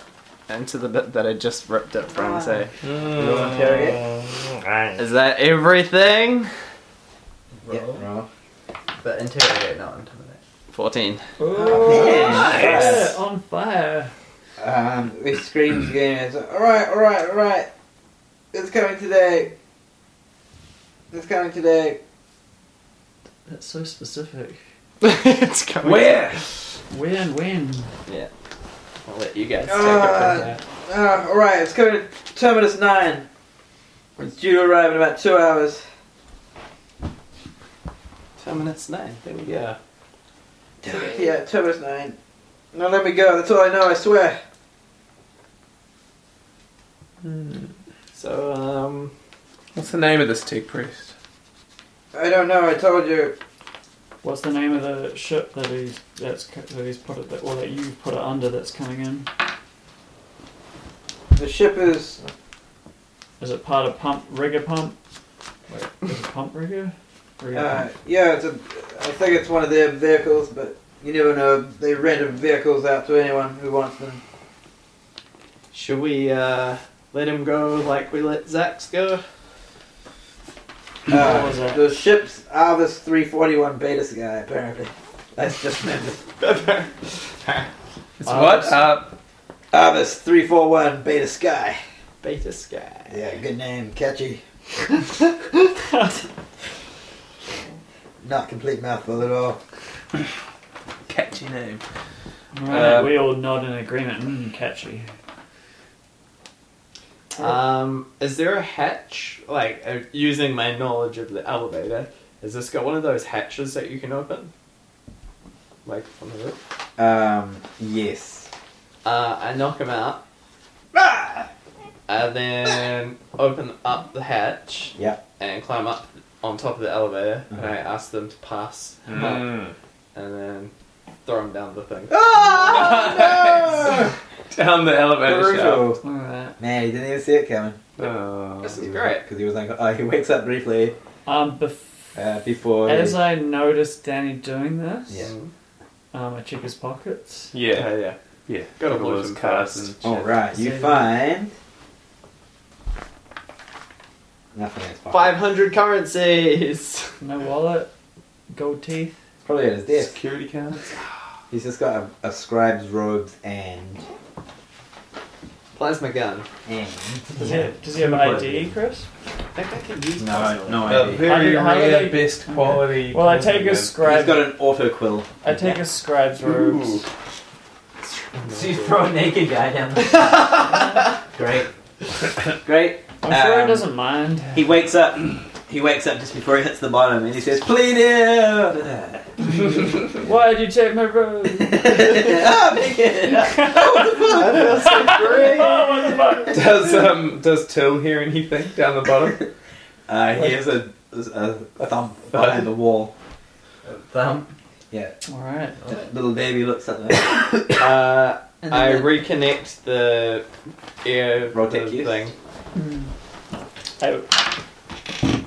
Speaker 2: into the bit that I just ripped it from. and Say,
Speaker 6: Mm.
Speaker 2: is that everything?
Speaker 1: Yeah,
Speaker 3: Roll.
Speaker 1: roll.
Speaker 3: But interrogate, not intimidate.
Speaker 2: Fourteen. (laughs)
Speaker 1: Oh, Nice.
Speaker 4: Yeah, on fire.
Speaker 1: Um, he screams again. It's like, all right, all right, all right. It's coming today. It's coming today.
Speaker 4: That's so specific.
Speaker 2: it's coming.
Speaker 6: Where?
Speaker 4: When, when?
Speaker 2: I'll let you guys take it
Speaker 1: Uh, uh, all right, it's coming to Terminus Nine. It's due to arrive in about two hours.
Speaker 2: from there. Ten minutes nine. There we go.
Speaker 1: Yeah, Terminus Nine. Now let me go. That's all I know. I swear.
Speaker 2: So um,
Speaker 6: What's the name of this tech priest?
Speaker 1: I don't know. I told you.
Speaker 4: What's the name of the ship that he's that's co- that he's put it that, or that you put it under that's coming in?
Speaker 1: The ship is.
Speaker 4: Is it part of pump rigger pump? Wait, is it pump rigger? Rigger
Speaker 1: Uh,
Speaker 4: pump.
Speaker 1: yeah, it's a. I think it's one of their vehicles, but you never know. They rent vehicles out to anyone who wants them.
Speaker 2: should we uh let him go like we let Zax go?
Speaker 1: Uh,
Speaker 4: What was that?
Speaker 1: The ship's Arvis 341 beta guy, apparently. That's just Memphis.
Speaker 6: It's
Speaker 4: Uh,
Speaker 6: what?
Speaker 4: it's-
Speaker 6: Uh,
Speaker 1: Arvis 341 beta sky.
Speaker 2: Beta Sky.
Speaker 1: Yeah, good name, catchy. Not complete mouthful at all.
Speaker 6: catchy name.
Speaker 4: Right,
Speaker 6: uh,
Speaker 4: we all nod in agreement. Mm, catchy.
Speaker 2: Um, is there a hatch? Like uh, using my knowledge of the elevator, has this got one of those hatches that you can open? Like on the roof.
Speaker 1: Um, yes.
Speaker 2: Uh, I knock him out. And then open up the hatch (laughs)
Speaker 1: Yeah.
Speaker 2: and climb up on top of the elevator. And I ask them to pass him up
Speaker 6: Mm.
Speaker 2: and then throw him down the thing.
Speaker 1: Oh,
Speaker 6: Down the elevator shaft.
Speaker 1: Brutal.
Speaker 4: All right.
Speaker 1: Man, he didn't even see it coming.
Speaker 6: Oh.
Speaker 2: This is great.
Speaker 1: Because he was like, oh, he wakes up briefly
Speaker 4: Um, bef-
Speaker 1: uh, before.
Speaker 4: as I noticed Danny doing this,
Speaker 1: Yeah.
Speaker 4: um, I check his pockets.
Speaker 6: Yeah,
Speaker 2: yeah, yeah.
Speaker 6: yeah.
Speaker 2: Gotta
Speaker 6: All
Speaker 2: lose
Speaker 6: those
Speaker 2: him
Speaker 6: cars
Speaker 2: first.
Speaker 6: and shit.
Speaker 7: Oh,
Speaker 1: All right, you
Speaker 4: Same.
Speaker 1: find. Nothing else.
Speaker 2: Five hundred currencies.
Speaker 4: No wallet, gold teeth.
Speaker 1: Probably at his desk.
Speaker 6: Security (laughs) cards.
Speaker 1: He's just got a, a scribe's robes and
Speaker 2: Plasma gun.
Speaker 1: and
Speaker 4: Does he have, does he have ID, Chris?
Speaker 2: I think I can use
Speaker 1: no
Speaker 2: plasma
Speaker 1: no
Speaker 6: Uh,
Speaker 1: idea.
Speaker 6: very
Speaker 4: How do- how do
Speaker 6: rare,
Speaker 4: they-
Speaker 6: best quality.
Speaker 4: Well, I take a
Speaker 6: cards
Speaker 1: He's
Speaker 4: scribe.
Speaker 1: got an auto quill.
Speaker 4: I take a scribe's robes.
Speaker 1: So you throw a naked guy down. (laughs) Great, great.
Speaker 4: I'm sure
Speaker 1: Um,
Speaker 4: he doesn't mind.
Speaker 1: He wakes up. He wakes up just before he hits the bottom, and he says, "Plead it!"
Speaker 4: Why did you take my robes?
Speaker 1: (laughs) Ah, naked. Oh, what the fuck?
Speaker 4: oh, what the fuck?
Speaker 6: again. Does um does Till hear anything down the (laughs) bottom?
Speaker 1: Uh, he has a, a thumb behind the wall.
Speaker 3: Thumb.
Speaker 1: Yeah,
Speaker 4: All right.
Speaker 1: little baby looks at them.
Speaker 2: Uh, I reconnect the air
Speaker 1: Rotate
Speaker 2: the
Speaker 1: keys.
Speaker 2: thing.
Speaker 4: Oh,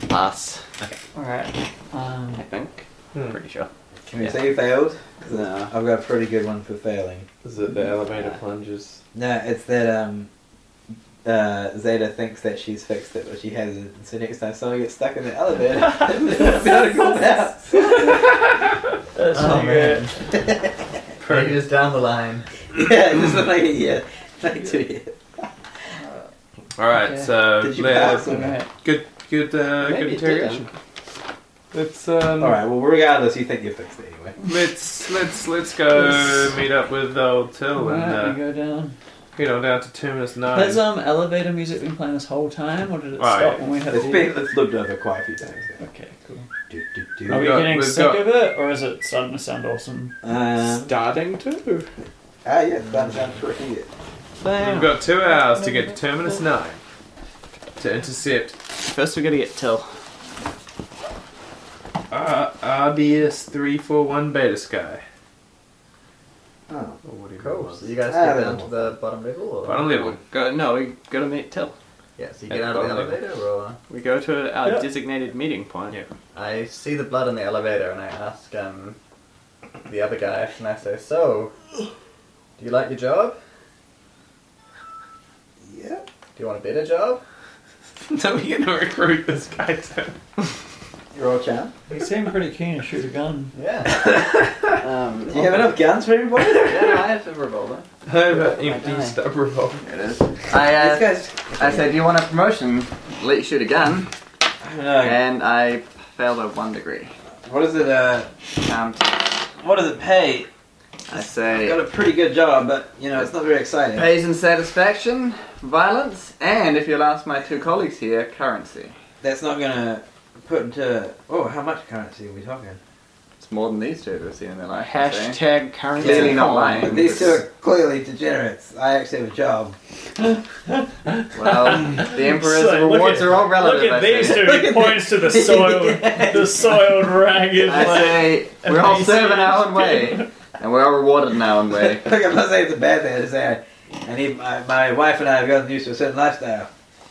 Speaker 2: Pass.
Speaker 4: all right. Um,
Speaker 2: I think.
Speaker 6: Hmm.
Speaker 2: Pretty sure.
Speaker 1: Can we say you failed? 'Cause uh, I've got a pretty good one for failing.
Speaker 6: Is it the elevator plunges?
Speaker 1: No, it's that um, uh, Zeta thinks that she's fixed it, but she hasn't. So next time someone gets stuck in the elevator, (laughs) they won't be able to
Speaker 4: (laughs)
Speaker 1: go out.
Speaker 4: that's
Speaker 3: Oh,
Speaker 4: pretty
Speaker 3: man.
Speaker 4: good.
Speaker 3: He was down the line.
Speaker 1: (laughs) Yeah, it just like a year, like two years.
Speaker 6: All right,
Speaker 4: Okay.
Speaker 6: so
Speaker 1: Did you
Speaker 6: yeah,
Speaker 1: pass?
Speaker 4: All right.
Speaker 6: good, good, uh,
Speaker 2: Maybe it
Speaker 6: good interrogation. Let's um,
Speaker 1: All right. Well, regardless, you think you fixed it anyway.
Speaker 6: let's let's let's go
Speaker 4: Yes.
Speaker 6: meet up with old Till
Speaker 4: All right, we
Speaker 6: and uh,
Speaker 4: go down.
Speaker 6: You know, down to two minutes nine.
Speaker 4: Has um elevator music been playing this whole time, or did it
Speaker 6: Right.
Speaker 4: stop when we had a
Speaker 1: It's been it's looped over quite a few times. now.
Speaker 4: Okay, cool.
Speaker 1: Do, do,
Speaker 4: Are
Speaker 1: do.
Speaker 4: we
Speaker 6: got-
Speaker 4: getting
Speaker 6: we've
Speaker 4: sick
Speaker 6: got-
Speaker 4: of it, or is it starting to sound awesome?
Speaker 1: Uh,
Speaker 2: Starting to.
Speaker 1: ah, yeah, that sounds pretty good.
Speaker 6: We've got two hours to get to Terminus 9 to intercept
Speaker 5: First, we gotta get Till.
Speaker 6: R- RDS 341 Beta Sky.
Speaker 1: Oh,
Speaker 6: Or whatever it
Speaker 5: Cool.
Speaker 6: was.
Speaker 5: So you guys
Speaker 1: Ah,
Speaker 5: get down
Speaker 1: then.
Speaker 5: to the bottom level, or
Speaker 6: Bottom level.
Speaker 5: Go,
Speaker 6: (laughs)
Speaker 5: no, we gotta meet Till.
Speaker 3: Yeah, so
Speaker 5: You get out of the elevator, or
Speaker 6: We go to
Speaker 5: our
Speaker 4: Yeah.
Speaker 5: designated meeting point.
Speaker 6: Yeah.
Speaker 5: I see the blood in the elevator, and I ask um the other guy, and I say, "So, do you like your job?
Speaker 1: yeah.
Speaker 5: Do you want a better job?"
Speaker 6: no, we're gonna recruit this guy to.
Speaker 1: You're all champ.
Speaker 4: You seem pretty keen to shoot a gun.
Speaker 5: Yeah. um,
Speaker 1: Do you
Speaker 4: Oh.
Speaker 1: have enough guns for
Speaker 4: (laughs)
Speaker 1: everybody?
Speaker 5: Yeah, I have a revolver.
Speaker 6: Over
Speaker 5: guy.
Speaker 6: empty stub revolver.
Speaker 5: It is. I
Speaker 1: These
Speaker 5: uh,
Speaker 1: guys.
Speaker 5: I said, "Do you want a promotion? Let you shoot a gun,"
Speaker 1: I don't know.
Speaker 5: and I failed by one degree.
Speaker 1: What is it? Uh,
Speaker 5: Um,
Speaker 1: what does it pay?
Speaker 5: I
Speaker 1: I
Speaker 5: say.
Speaker 1: got a pretty good job, but you know it's not very exciting.
Speaker 5: Pays and satisfaction, violence, and if you'll ask my two colleagues here, currency.
Speaker 1: That's not gonna put into. Oh, how much currency are we talking?
Speaker 5: It's more than these two have seen in their life.
Speaker 3: Hashtag currency.
Speaker 5: Clearly not lying.
Speaker 1: But these two are clearly degenerates. I actually have a
Speaker 6: (laughs)
Speaker 1: job.
Speaker 5: Well,
Speaker 4: (laughs)
Speaker 5: the Emperor's
Speaker 4: So, look
Speaker 5: rewards
Speaker 4: at-
Speaker 5: are all relative.
Speaker 4: Look at
Speaker 5: I
Speaker 4: these
Speaker 5: say. (laughs)
Speaker 4: two. He points to the soiled, the soiled, ragged.
Speaker 5: I
Speaker 4: like,
Speaker 5: say, we're all
Speaker 4: amazing.
Speaker 5: serving our own way, and we're all rewarded in our own way.
Speaker 1: (laughs) Look, I'm not saying it's a bad thing. I just say I, I need my, my wife and I have gotten used to a certain lifestyle.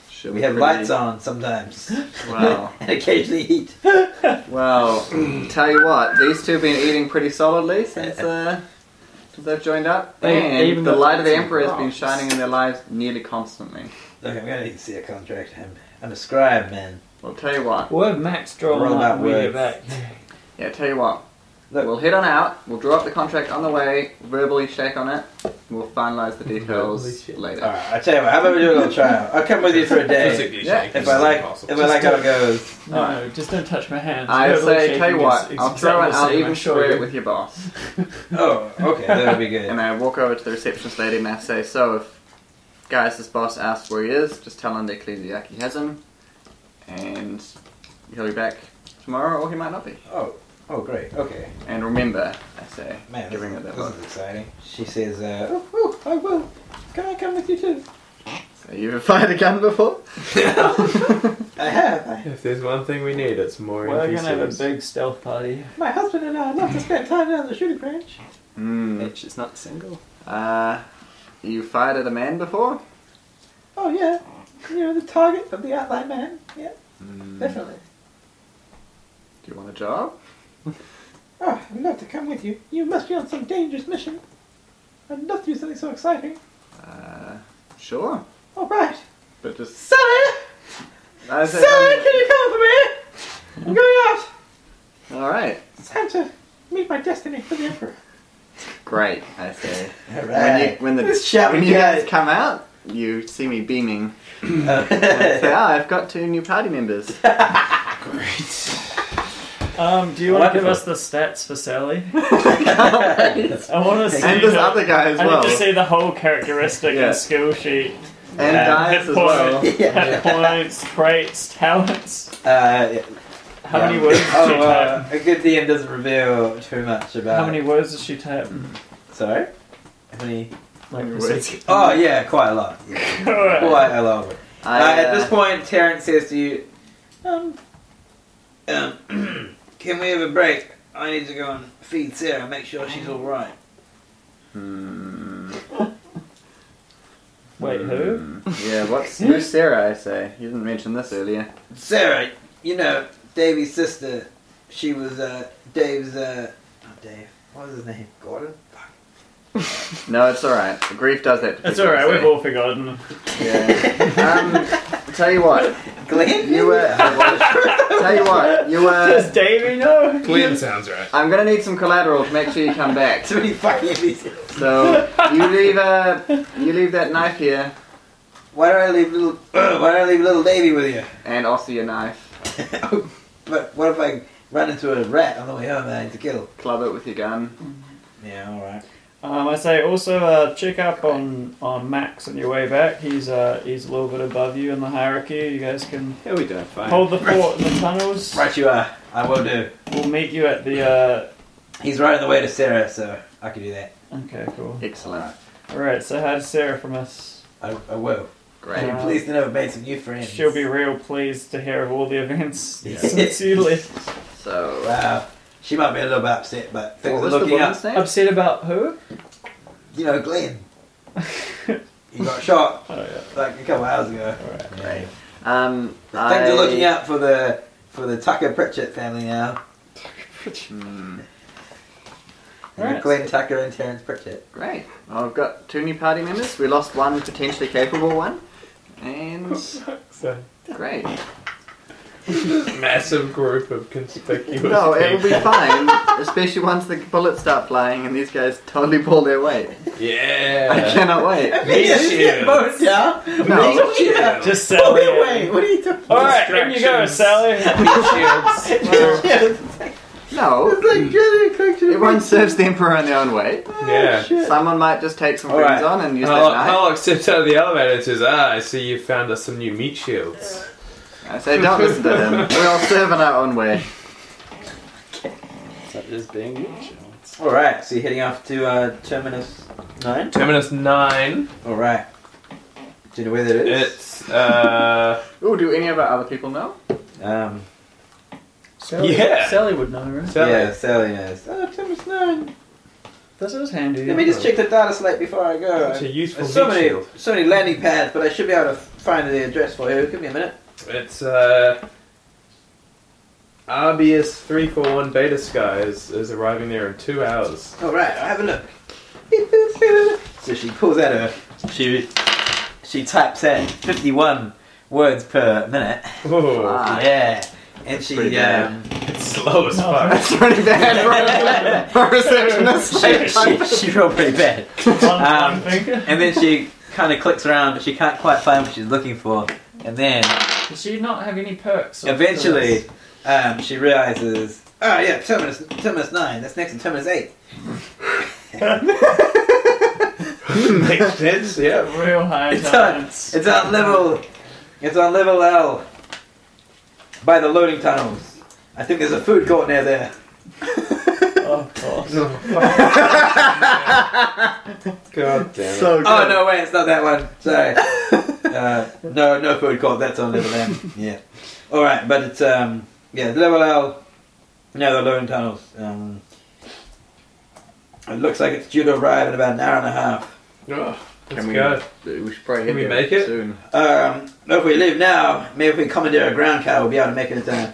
Speaker 5: Should
Speaker 1: We have
Speaker 5: really-
Speaker 1: lights on sometimes, (laughs)
Speaker 5: Wow.
Speaker 1: and occasionally heat.
Speaker 5: Well, tell you what, these two have been eating pretty solidly since uh, since they've joined up,
Speaker 2: They-
Speaker 5: and
Speaker 2: even
Speaker 5: the
Speaker 2: the
Speaker 5: light of the
Speaker 2: fancy
Speaker 5: Emperor has been
Speaker 2: rocks.
Speaker 5: shining in their lives nearly constantly.
Speaker 1: Look, I'm gonna need to see a contract. I'm, I'm a scribe, man.
Speaker 5: Well, tell you what,
Speaker 4: Word Max draw
Speaker 1: We're all
Speaker 4: one up
Speaker 1: about
Speaker 4: and we get
Speaker 1: words.
Speaker 4: (laughs) back.
Speaker 5: Yeah, tell you what.
Speaker 1: Look.
Speaker 5: We'll head on out. We'll draw up the contract on the way. Verbally shake on it. We'll finalise the details later.
Speaker 1: All right, I tell you what. How about we do a little trial? I'll come with you
Speaker 6: (laughs)
Speaker 1: for a day.
Speaker 6: Physically
Speaker 5: Yeah,
Speaker 6: shaky
Speaker 1: If
Speaker 6: is
Speaker 1: I like,
Speaker 6: impossible.
Speaker 1: if I like how it goes.
Speaker 4: No, just don't touch my hands.
Speaker 5: I
Speaker 4: Verbally
Speaker 5: say, tell you
Speaker 4: shaking
Speaker 5: what.
Speaker 4: is
Speaker 5: I'll throw it.
Speaker 4: exactly the
Speaker 5: I'll
Speaker 4: same,
Speaker 5: even
Speaker 4: I'm sure
Speaker 5: share it
Speaker 4: you-
Speaker 5: with your boss.
Speaker 1: Oh, okay, that would be
Speaker 6: (laughs)
Speaker 1: good.
Speaker 5: And I walk over to the receptionist lady and I say, "So, if guys, this boss asks where he is, just tell him the ecclesiarchy has him, and he'll be back tomorrow, or he might not be.
Speaker 1: Oh, oh, great. Okay,
Speaker 5: And remember, I say,
Speaker 1: man, this,
Speaker 5: giving her
Speaker 1: is,
Speaker 5: that
Speaker 1: this
Speaker 5: look.
Speaker 1: is exciting. She says, uh, oh, oh, I will. Can I come with you too?
Speaker 5: So you've (laughs) fired a gun before?
Speaker 1: I have. I
Speaker 6: If there's one thing we need, it's
Speaker 4: (laughs)
Speaker 6: more
Speaker 4: We're gonna have a
Speaker 6: NPCs.
Speaker 4: big stealth party.
Speaker 1: My husband and I love to spend time down the shooting range.
Speaker 5: Hmm.
Speaker 2: Bitch, it's not single.
Speaker 5: Uh, you fired at a man before?
Speaker 1: Oh yeah, you know the target of the outline man. Yeah, definitely.
Speaker 5: Do you want a job?
Speaker 1: Oh, I'd love to come with you. You must be on some dangerous mission. I'd love to do something so exciting.
Speaker 5: Uh, sure.
Speaker 1: All right,
Speaker 5: But just.
Speaker 1: Sally,
Speaker 5: I said,
Speaker 1: Sally, can you come with me? I'm going out.
Speaker 5: Alright.
Speaker 1: It's time to meet my destiny for the emperor.
Speaker 5: Great, I say.
Speaker 1: All
Speaker 5: When, you, when the
Speaker 1: This shall
Speaker 5: when
Speaker 1: be
Speaker 5: you guys
Speaker 1: good.
Speaker 5: come out, you see
Speaker 1: (laughs)
Speaker 5: me beaming. I say, ah, I've got two new party members.
Speaker 4: Um, do you want to give
Speaker 1: Wonderful.
Speaker 4: us the stats for Sally?
Speaker 1: (laughs)
Speaker 5: and
Speaker 1: Uh,
Speaker 4: I want to see.
Speaker 5: this
Speaker 4: her-
Speaker 5: other guy as
Speaker 4: I
Speaker 5: well.
Speaker 4: need to see the whole characteristic
Speaker 5: Yeah.
Speaker 4: and skill
Speaker 5: (laughs)
Speaker 4: sheet.
Speaker 5: And
Speaker 4: uh,
Speaker 5: guys
Speaker 4: hit
Speaker 5: as well.
Speaker 4: point.
Speaker 1: Yeah.
Speaker 4: Hit points, traits, talents.
Speaker 1: Uh,
Speaker 4: How many words does she
Speaker 1: Oh,
Speaker 4: type?
Speaker 1: uh, a good DM doesn't reveal too much about.
Speaker 4: How many words does she type?
Speaker 1: Sorry. How many?
Speaker 4: Like
Speaker 5: Any
Speaker 4: for
Speaker 5: words?
Speaker 4: sake-
Speaker 1: Oh yeah, quite a lot. (laughs)
Speaker 4: Alright.
Speaker 1: Quite a lot.
Speaker 5: I,
Speaker 1: uh, at
Speaker 5: uh,
Speaker 1: this point, Terrence says to you, um, um, (clears throat) can we have a break? I need to go and feed Sarah, make sure she's all right.
Speaker 5: hmm,
Speaker 4: Wait, who? (laughs)
Speaker 5: yeah, what's who's Sarah? I say you didn't mention this earlier.
Speaker 1: Sarah, you know, Davy's sister, she was, uh, Dave's, uh, not Dave, what was his name? Gordon?
Speaker 5: No, it's all right. Grief does that. To
Speaker 4: It's
Speaker 5: people, I
Speaker 4: alright.
Speaker 5: say.
Speaker 4: We've all forgotten.
Speaker 5: Yeah. Um, tell you what,
Speaker 1: Glenn?
Speaker 5: you were. tell you what, you
Speaker 4: Does
Speaker 5: were.
Speaker 4: Davey know?
Speaker 6: Glenn sounds right.
Speaker 5: I'm gonna need some collateral to make sure you come
Speaker 1: (laughs)
Speaker 5: back.
Speaker 1: Too many fucking NPCs.
Speaker 5: So you leave uh, you leave that knife here,
Speaker 1: Why don't I leave little, (clears throat) why don't I leave little Davy with you? (laughs)
Speaker 5: and also your knife.
Speaker 1: but what if I run into a rat on the way home that I need to kill?
Speaker 5: Club it with your gun.
Speaker 1: Yeah, alright.
Speaker 4: Um, I say also uh, check up on, on Max on your way back. He's uh, he's a little bit above you in the hierarchy. You guys can
Speaker 2: Here we doing fine.
Speaker 4: hold the fort in the tunnels.
Speaker 1: Right, you are. I will do.
Speaker 4: We'll meet you at the. Uh,
Speaker 1: He's right on the way to Sarah, so I can do that.
Speaker 4: okay, cool.
Speaker 5: Excellent.
Speaker 4: All right. So hi to Sarah from us.
Speaker 1: I, I will.
Speaker 5: Great.
Speaker 1: I'm pleased to know I've made some new friends.
Speaker 4: She'll be real pleased to hear of all the events
Speaker 1: Yeah.
Speaker 4: since you left.
Speaker 5: So,
Speaker 1: Wow. She might be a little bit upset, but things
Speaker 5: what
Speaker 1: are
Speaker 5: was the
Speaker 1: looking up.
Speaker 5: woman's name?
Speaker 4: Upset about who? (laughs)
Speaker 1: You know, Glenn. he got shot
Speaker 4: Oh yeah.
Speaker 1: like a couple hours ago.
Speaker 4: Alright.
Speaker 1: Yeah.
Speaker 5: Great. Um,
Speaker 1: Things
Speaker 5: I-
Speaker 1: are looking up for the for the Tucker Pritchett family now.
Speaker 5: Hmm,
Speaker 1: And
Speaker 4: Right.
Speaker 1: Glenn Tucker and Terence Pritchett.
Speaker 5: great. Well, I've got two new party members. We lost one potentially capable one, and
Speaker 2: (laughs) So, (laughs)
Speaker 5: great.
Speaker 2: massive group of conspicuous people.
Speaker 5: No, it'll be fine, especially once the bullets start flying and these guys totally pull their weight. I
Speaker 6: (laughs) Yeah.
Speaker 5: cannot wait.
Speaker 1: They just
Speaker 6: you.
Speaker 1: get both, yeah? Oh,
Speaker 5: No.
Speaker 1: Me too.
Speaker 4: Just
Speaker 1: Oh,
Speaker 4: Sally.
Speaker 1: wait, wait, what are you talking
Speaker 4: All right, in you go,
Speaker 6: Distractions.
Speaker 4: Sally.
Speaker 6: Shields.
Speaker 4: (laughs)
Speaker 1: (laughs)
Speaker 4: Well,
Speaker 5: No, everyone serves the emperor in their own way.
Speaker 1: Oh,
Speaker 6: Yeah.
Speaker 5: Someone might just take some things
Speaker 1: Alright.
Speaker 5: on and use that
Speaker 6: Harlock,
Speaker 5: knife.
Speaker 6: Harlock steps out of the elevator and says, Ah, I see you found us some new meat
Speaker 1: Uh,
Speaker 6: shields.
Speaker 5: I say, don't listen to him. We all serve in our own way.
Speaker 2: Such as being neutral.
Speaker 1: Alright, so you're heading off to uh, Terminus 9?
Speaker 6: Terminus 9.
Speaker 1: Alright. Do you know where that is?
Speaker 6: It's, uh.
Speaker 5: Ooh, do any of our other people know?
Speaker 1: um,
Speaker 4: Sally,
Speaker 6: Yeah.
Speaker 4: Sally would know, right?
Speaker 6: Sally.
Speaker 1: Yeah, Sally knows. Oh, Terminus 9.
Speaker 4: This is handy.
Speaker 1: Let me
Speaker 4: (laughs)
Speaker 1: just check the data slate before I go.
Speaker 6: It's a useful
Speaker 1: There's so
Speaker 6: meat
Speaker 1: many,
Speaker 6: shield.
Speaker 1: so many landing pads, but I should be able to find the address for you. Give me a minute.
Speaker 6: It's, uh. RBS 341 Beta Sky is, is arriving there in two hours.
Speaker 1: Alright, I'll have a look. (laughs) So she pulls out her. She, she types in 51 words per minute.
Speaker 6: Ooh,
Speaker 5: Ah.
Speaker 1: Yeah. And she.
Speaker 5: pretty bad.
Speaker 1: Um,
Speaker 6: it's slow as fuck.
Speaker 5: (laughs) That's pretty bad (laughs) for a, for a receptionist.
Speaker 1: she, (laughs) she, she rolled pretty bad.
Speaker 4: on
Speaker 1: Um,
Speaker 4: one finger.
Speaker 1: And then she kind of clicks around, but she can't quite find what she's looking for. And then
Speaker 4: Does she not have any perks? or-
Speaker 1: eventually, um, she realizes, oh yeah, terminus, terminus nine. That's next to terminus eight.
Speaker 6: (laughs) Makes sense, yeah.
Speaker 4: (laughs)
Speaker 5: (laughs)
Speaker 4: real high
Speaker 1: It's
Speaker 4: talents.
Speaker 1: It's on level. It's on level L. By the loading tunnels. I think there's a food court near there. (laughs)
Speaker 5: Oh,
Speaker 4: (laughs) Of course.
Speaker 6: God damn it.
Speaker 5: so good.
Speaker 1: Oh no, wait, it's not that one. Sorry. Uh, no, no food court. That's on level M. Yeah. All right, but it's um yeah level L. No, the loading tunnels. Um, it looks like it's due to arrive in about an hour and a half.
Speaker 6: Oh, let's
Speaker 5: Can we,
Speaker 6: go.
Speaker 5: we should probably
Speaker 6: Can we
Speaker 5: hit there
Speaker 6: make it?
Speaker 5: soon.
Speaker 1: Um, if we leave now, maybe if we commandeer a ground car, we'll be able to make it in time.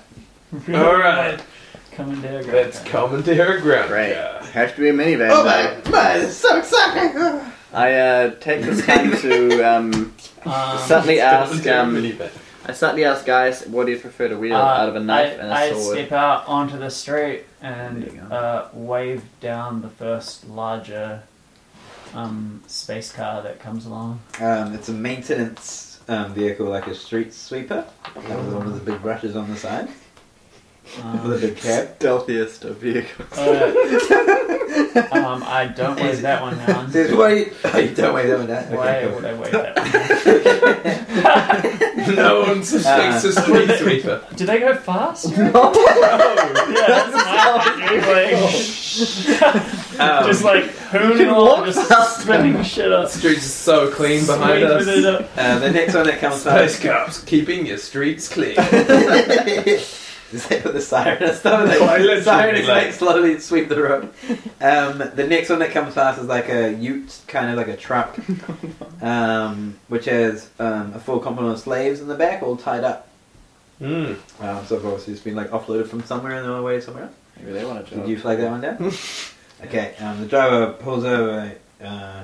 Speaker 6: Alright.
Speaker 4: Coming down.
Speaker 6: Let's commandeer a ground.
Speaker 5: Great.
Speaker 6: car.
Speaker 5: Have to be a minivan.
Speaker 1: Oh my,
Speaker 5: though.
Speaker 1: my, it's so exciting!
Speaker 5: I uh, take this time to um, suddenly ask. Um, I suddenly ask guys, what do you prefer to wield out of a knife
Speaker 4: uh, I,
Speaker 5: and a
Speaker 4: I
Speaker 5: sword?
Speaker 4: step out onto the street
Speaker 5: There you
Speaker 4: and
Speaker 5: go.
Speaker 4: uh, wave down the first larger um, space car that comes along.
Speaker 1: Um, it's a maintenance um, vehicle, like a street sweeper. That was one of the big brushes on the side
Speaker 5: (laughs)
Speaker 1: for the
Speaker 4: Um,
Speaker 1: big cab.
Speaker 5: Stealthiest of vehicles.
Speaker 4: uh,
Speaker 5: (laughs)
Speaker 4: um, I don't wave that one down.
Speaker 1: There's wait. Oh, you (laughs) don't wait that one down.
Speaker 4: Why
Speaker 1: Okay,
Speaker 4: would I wave that one?
Speaker 6: no one suspects a street sweeper.
Speaker 4: Do they go
Speaker 6: (laughs)
Speaker 4: fast?
Speaker 6: Oh,
Speaker 4: Yeah, that's my (laughs)
Speaker 1: cool. Um,
Speaker 4: Just like hooning on, just spinning shit up.
Speaker 6: streets is so clean behind
Speaker 4: Sweeping it
Speaker 6: us.
Speaker 4: up.
Speaker 1: uh, the next one that
Speaker 6: (laughs)
Speaker 1: comes
Speaker 6: Space
Speaker 1: past. (laughs)
Speaker 6: cops keeping your streets clean.
Speaker 1: Does they put the siren and stuff? They,
Speaker 6: Quite
Speaker 1: the siren is
Speaker 6: literally.
Speaker 1: like slowly sweep the road. Um, the next one that comes past is like a ute, kind of like a truck, um, which has um, a full complement of slaves in the back, all tied up.
Speaker 6: Hmm.
Speaker 1: Um, so obviously it's been like offloaded from somewhere and on the way somewhere else.
Speaker 5: Maybe they want to
Speaker 1: Did you flag that one down? okay. Um, the driver pulls over. Uh,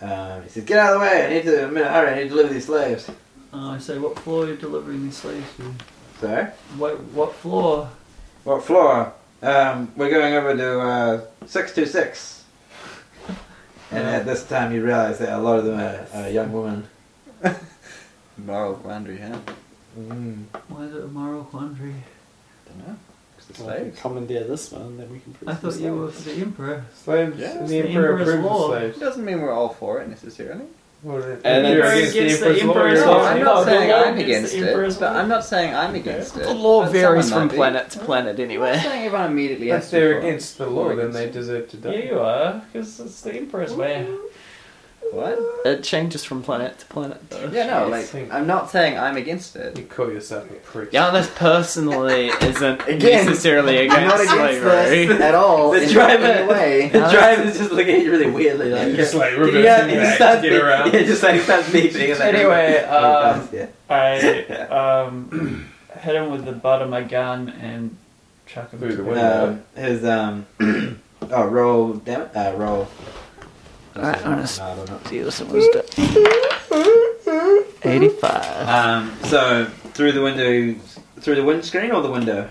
Speaker 1: um, he says, "Get out of the way! I need to. I'm in a hurry. I need to deliver these slaves."
Speaker 4: Uh, I say, what floor are you delivering these slaves to?
Speaker 1: So,
Speaker 4: What, what floor?
Speaker 1: what floor? Um, we're going over to uh, six two six. And at this time, you realize that a lot of them are, are young women.
Speaker 5: Moral quandary, huh?
Speaker 1: Mm.
Speaker 4: Why is it a moral quandary?
Speaker 5: Don't know. It's the
Speaker 2: Well,
Speaker 5: slaves.
Speaker 2: commandeer this one, then we can.
Speaker 6: I
Speaker 2: produce
Speaker 6: thought
Speaker 2: some
Speaker 6: you were
Speaker 2: slaves.
Speaker 6: for the emperor.
Speaker 1: Slaves.
Speaker 5: Yeah.
Speaker 1: The,
Speaker 5: It's
Speaker 4: the
Speaker 1: emperor
Speaker 4: emperor's
Speaker 1: approved of
Speaker 4: law.
Speaker 5: It
Speaker 1: slaves.
Speaker 5: doesn't mean we're all for it necessarily.
Speaker 1: Well, the-
Speaker 2: And
Speaker 1: you're
Speaker 2: it's-
Speaker 1: against
Speaker 4: Against the
Speaker 1: the emperor's
Speaker 4: emperor's
Speaker 5: No,
Speaker 1: law.
Speaker 4: law.
Speaker 5: I'm
Speaker 4: no,
Speaker 5: not
Speaker 4: the
Speaker 5: saying
Speaker 4: law
Speaker 5: I'm
Speaker 4: against
Speaker 5: against
Speaker 4: the
Speaker 5: it,
Speaker 4: emperor's
Speaker 5: but
Speaker 4: law.
Speaker 5: I'm not saying I'm against it.
Speaker 7: The law
Speaker 5: but
Speaker 7: varies
Speaker 5: someone
Speaker 7: from
Speaker 5: might be.
Speaker 7: planet to planet
Speaker 5: I'm
Speaker 7: anyway.
Speaker 5: not saying everyone immediately has
Speaker 1: If
Speaker 5: to
Speaker 1: they're
Speaker 5: be for it.
Speaker 1: against the law, then they deserve to
Speaker 4: Yeah,
Speaker 1: die.
Speaker 4: you are, because it's the emperor's way.
Speaker 5: What?
Speaker 7: It changes from planet to planet, though.
Speaker 5: Yeah, no,
Speaker 1: Yes.
Speaker 5: like, I'm not saying I'm against it.
Speaker 1: You call yourself a priest.
Speaker 7: Yarnith
Speaker 2: (laughs)
Speaker 7: personally isn't
Speaker 5: Again,
Speaker 7: necessarily
Speaker 5: I'm not
Speaker 7: against
Speaker 5: against
Speaker 7: slavery.
Speaker 5: this at all.
Speaker 1: The
Speaker 5: in
Speaker 1: driver-
Speaker 5: any way.
Speaker 1: (laughs) The driver's just looking at you really weirdly, like
Speaker 6: You're just like
Speaker 1: "Did
Speaker 6: reversing
Speaker 1: you have- he
Speaker 6: back
Speaker 1: starts
Speaker 6: to
Speaker 1: be-
Speaker 6: get
Speaker 1: (laughs)
Speaker 6: around.
Speaker 1: Yeah, just like starts beeping. and then-
Speaker 4: Anyway,
Speaker 7: uh,
Speaker 4: um,
Speaker 1: yeah.
Speaker 6: (laughs)
Speaker 4: I um, (clears throat) hit him with the butt of my gun and chuck him
Speaker 6: Through
Speaker 4: to
Speaker 6: the
Speaker 4: the
Speaker 6: window.
Speaker 1: Um, his um, (clears throat) oh roll, damn it, uh, roll.
Speaker 7: Alright, honest.
Speaker 1: No, I don't know.
Speaker 7: See what someone's done.
Speaker 6: (laughs)
Speaker 7: 85.
Speaker 1: Um, so through the window, through the windscreen or the window?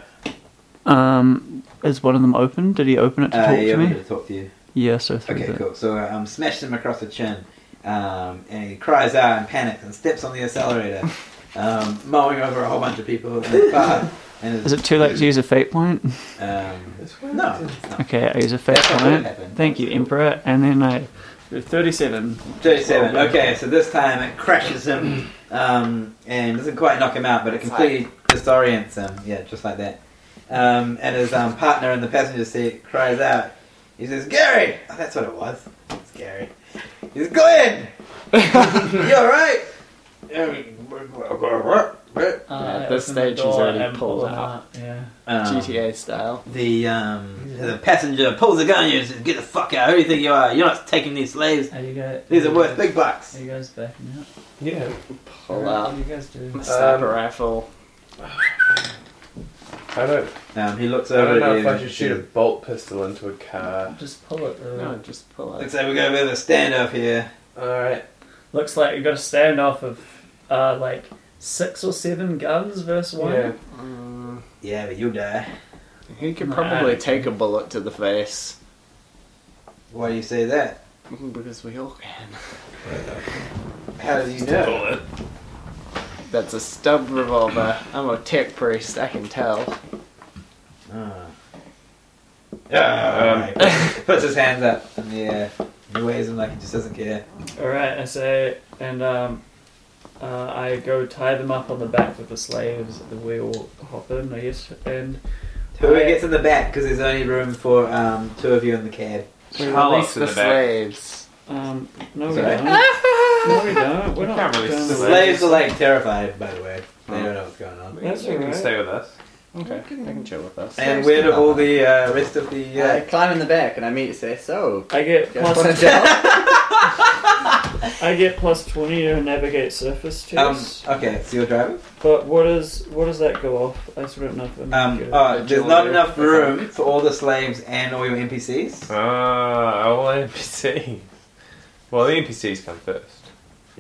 Speaker 7: Um, is one of them open? Did he open it to
Speaker 1: Uh,
Speaker 7: talk
Speaker 1: yeah,
Speaker 7: to
Speaker 1: I'm
Speaker 7: me?
Speaker 1: gonna talk to you.
Speaker 7: Yeah, so through
Speaker 1: Okay,
Speaker 7: the-
Speaker 1: cool. So uh, um, smashed him across the chin, um, and he cries out in panic and steps on
Speaker 7: (laughs)
Speaker 1: the accelerator, um, mowing over a whole bunch of people in the car. And
Speaker 7: Is it too late to use a fate point? (laughs)
Speaker 1: Um, no, it's not.
Speaker 7: Okay, I use a fate
Speaker 1: That's not what
Speaker 7: point.
Speaker 1: happened.
Speaker 7: Thank you, Emperor. And then I. 37.
Speaker 1: 37. Okay, so this time it crashes him um, and doesn't quite knock him out, but it completely disorients him. Yeah, just like that. Um, and his um, partner in the passenger seat cries out. He says, Gary! Oh, that's what it was. It's Gary. He says, Glenn! (laughs)
Speaker 5: (laughs)
Speaker 1: you alright?
Speaker 7: Uh, at this stage, he's already pulled out.
Speaker 4: Yeah.
Speaker 1: Um,
Speaker 7: GTA style.
Speaker 1: The, um, the passenger pulls a gun at you and says, Get the fuck out. Who do you think you are? You're not taking these slaves.
Speaker 4: Are you guys?
Speaker 1: These are worth big bucks.
Speaker 4: Are you guys backing out?
Speaker 2: Yeah.
Speaker 7: Pull out.
Speaker 4: you guys doing?
Speaker 7: Sniper rifle.
Speaker 6: I don't.
Speaker 1: Um, he looks
Speaker 6: I
Speaker 1: over
Speaker 6: don't know
Speaker 1: at
Speaker 6: if
Speaker 1: you
Speaker 6: I
Speaker 1: and
Speaker 6: should
Speaker 1: says,
Speaker 6: shoot a bolt pistol into a car.
Speaker 4: Just pull it. uh,
Speaker 7: No, just pull out.
Speaker 1: Looks like we got a bit of a standoff here.
Speaker 6: Alright.
Speaker 4: Looks like you've got a standoff of uh, like six or seven guns versus one.
Speaker 6: Yeah.
Speaker 7: Mm,
Speaker 1: Yeah, but you die.
Speaker 7: he could
Speaker 4: Nah,
Speaker 7: probably
Speaker 4: I-
Speaker 7: take a bullet to the face. Mm,
Speaker 1: Why do you say that?
Speaker 7: Because we all can.
Speaker 1: How do you know?
Speaker 7: That's a stub revolver. I'm a tech priest, I can tell.
Speaker 1: Ah. Ah,
Speaker 6: Oh. Um, (laughs)
Speaker 1: alright. puts his hands up in the air. He waves them like he just doesn't care.
Speaker 4: All right, I say, and um, uh, I go tie them up on the back with the slaves at the wheel, hop in, I guess, and
Speaker 1: Whoever gets in the back, because there's only room for um, two of you in the cab.
Speaker 7: We release
Speaker 6: Charlotte's in
Speaker 7: the,
Speaker 6: the back.
Speaker 7: slaves.
Speaker 4: um, no, we
Speaker 1: Sorry?
Speaker 4: don't. (laughs) no, we don't. We're
Speaker 6: We
Speaker 4: not
Speaker 6: can't release
Speaker 4: doing
Speaker 1: The
Speaker 6: the
Speaker 4: that.
Speaker 1: slaves are like terrified, by the way. They don't know what's going on.
Speaker 4: That's
Speaker 6: you can
Speaker 4: alright.
Speaker 6: stay with us.
Speaker 7: Okay, they can chill with us.
Speaker 1: And where do all the uh, rest of the.
Speaker 5: Yeah, I
Speaker 1: Uh,
Speaker 5: climb in the back and I meet you say, so,
Speaker 4: I get
Speaker 5: you
Speaker 4: (laughs)
Speaker 5: guys wanna
Speaker 4: plus.
Speaker 5: gel?
Speaker 4: I get plus twenty to navigate surface
Speaker 1: um,
Speaker 4: checks.
Speaker 1: okay, so you're driving?
Speaker 4: but what is what does that go off? I just don't know. if I'm
Speaker 1: Um,
Speaker 4: good.
Speaker 1: oh, there's not enough room for all the slaves and all your NPCs.
Speaker 6: Ah, all NPCs. Well, the NPCs come first.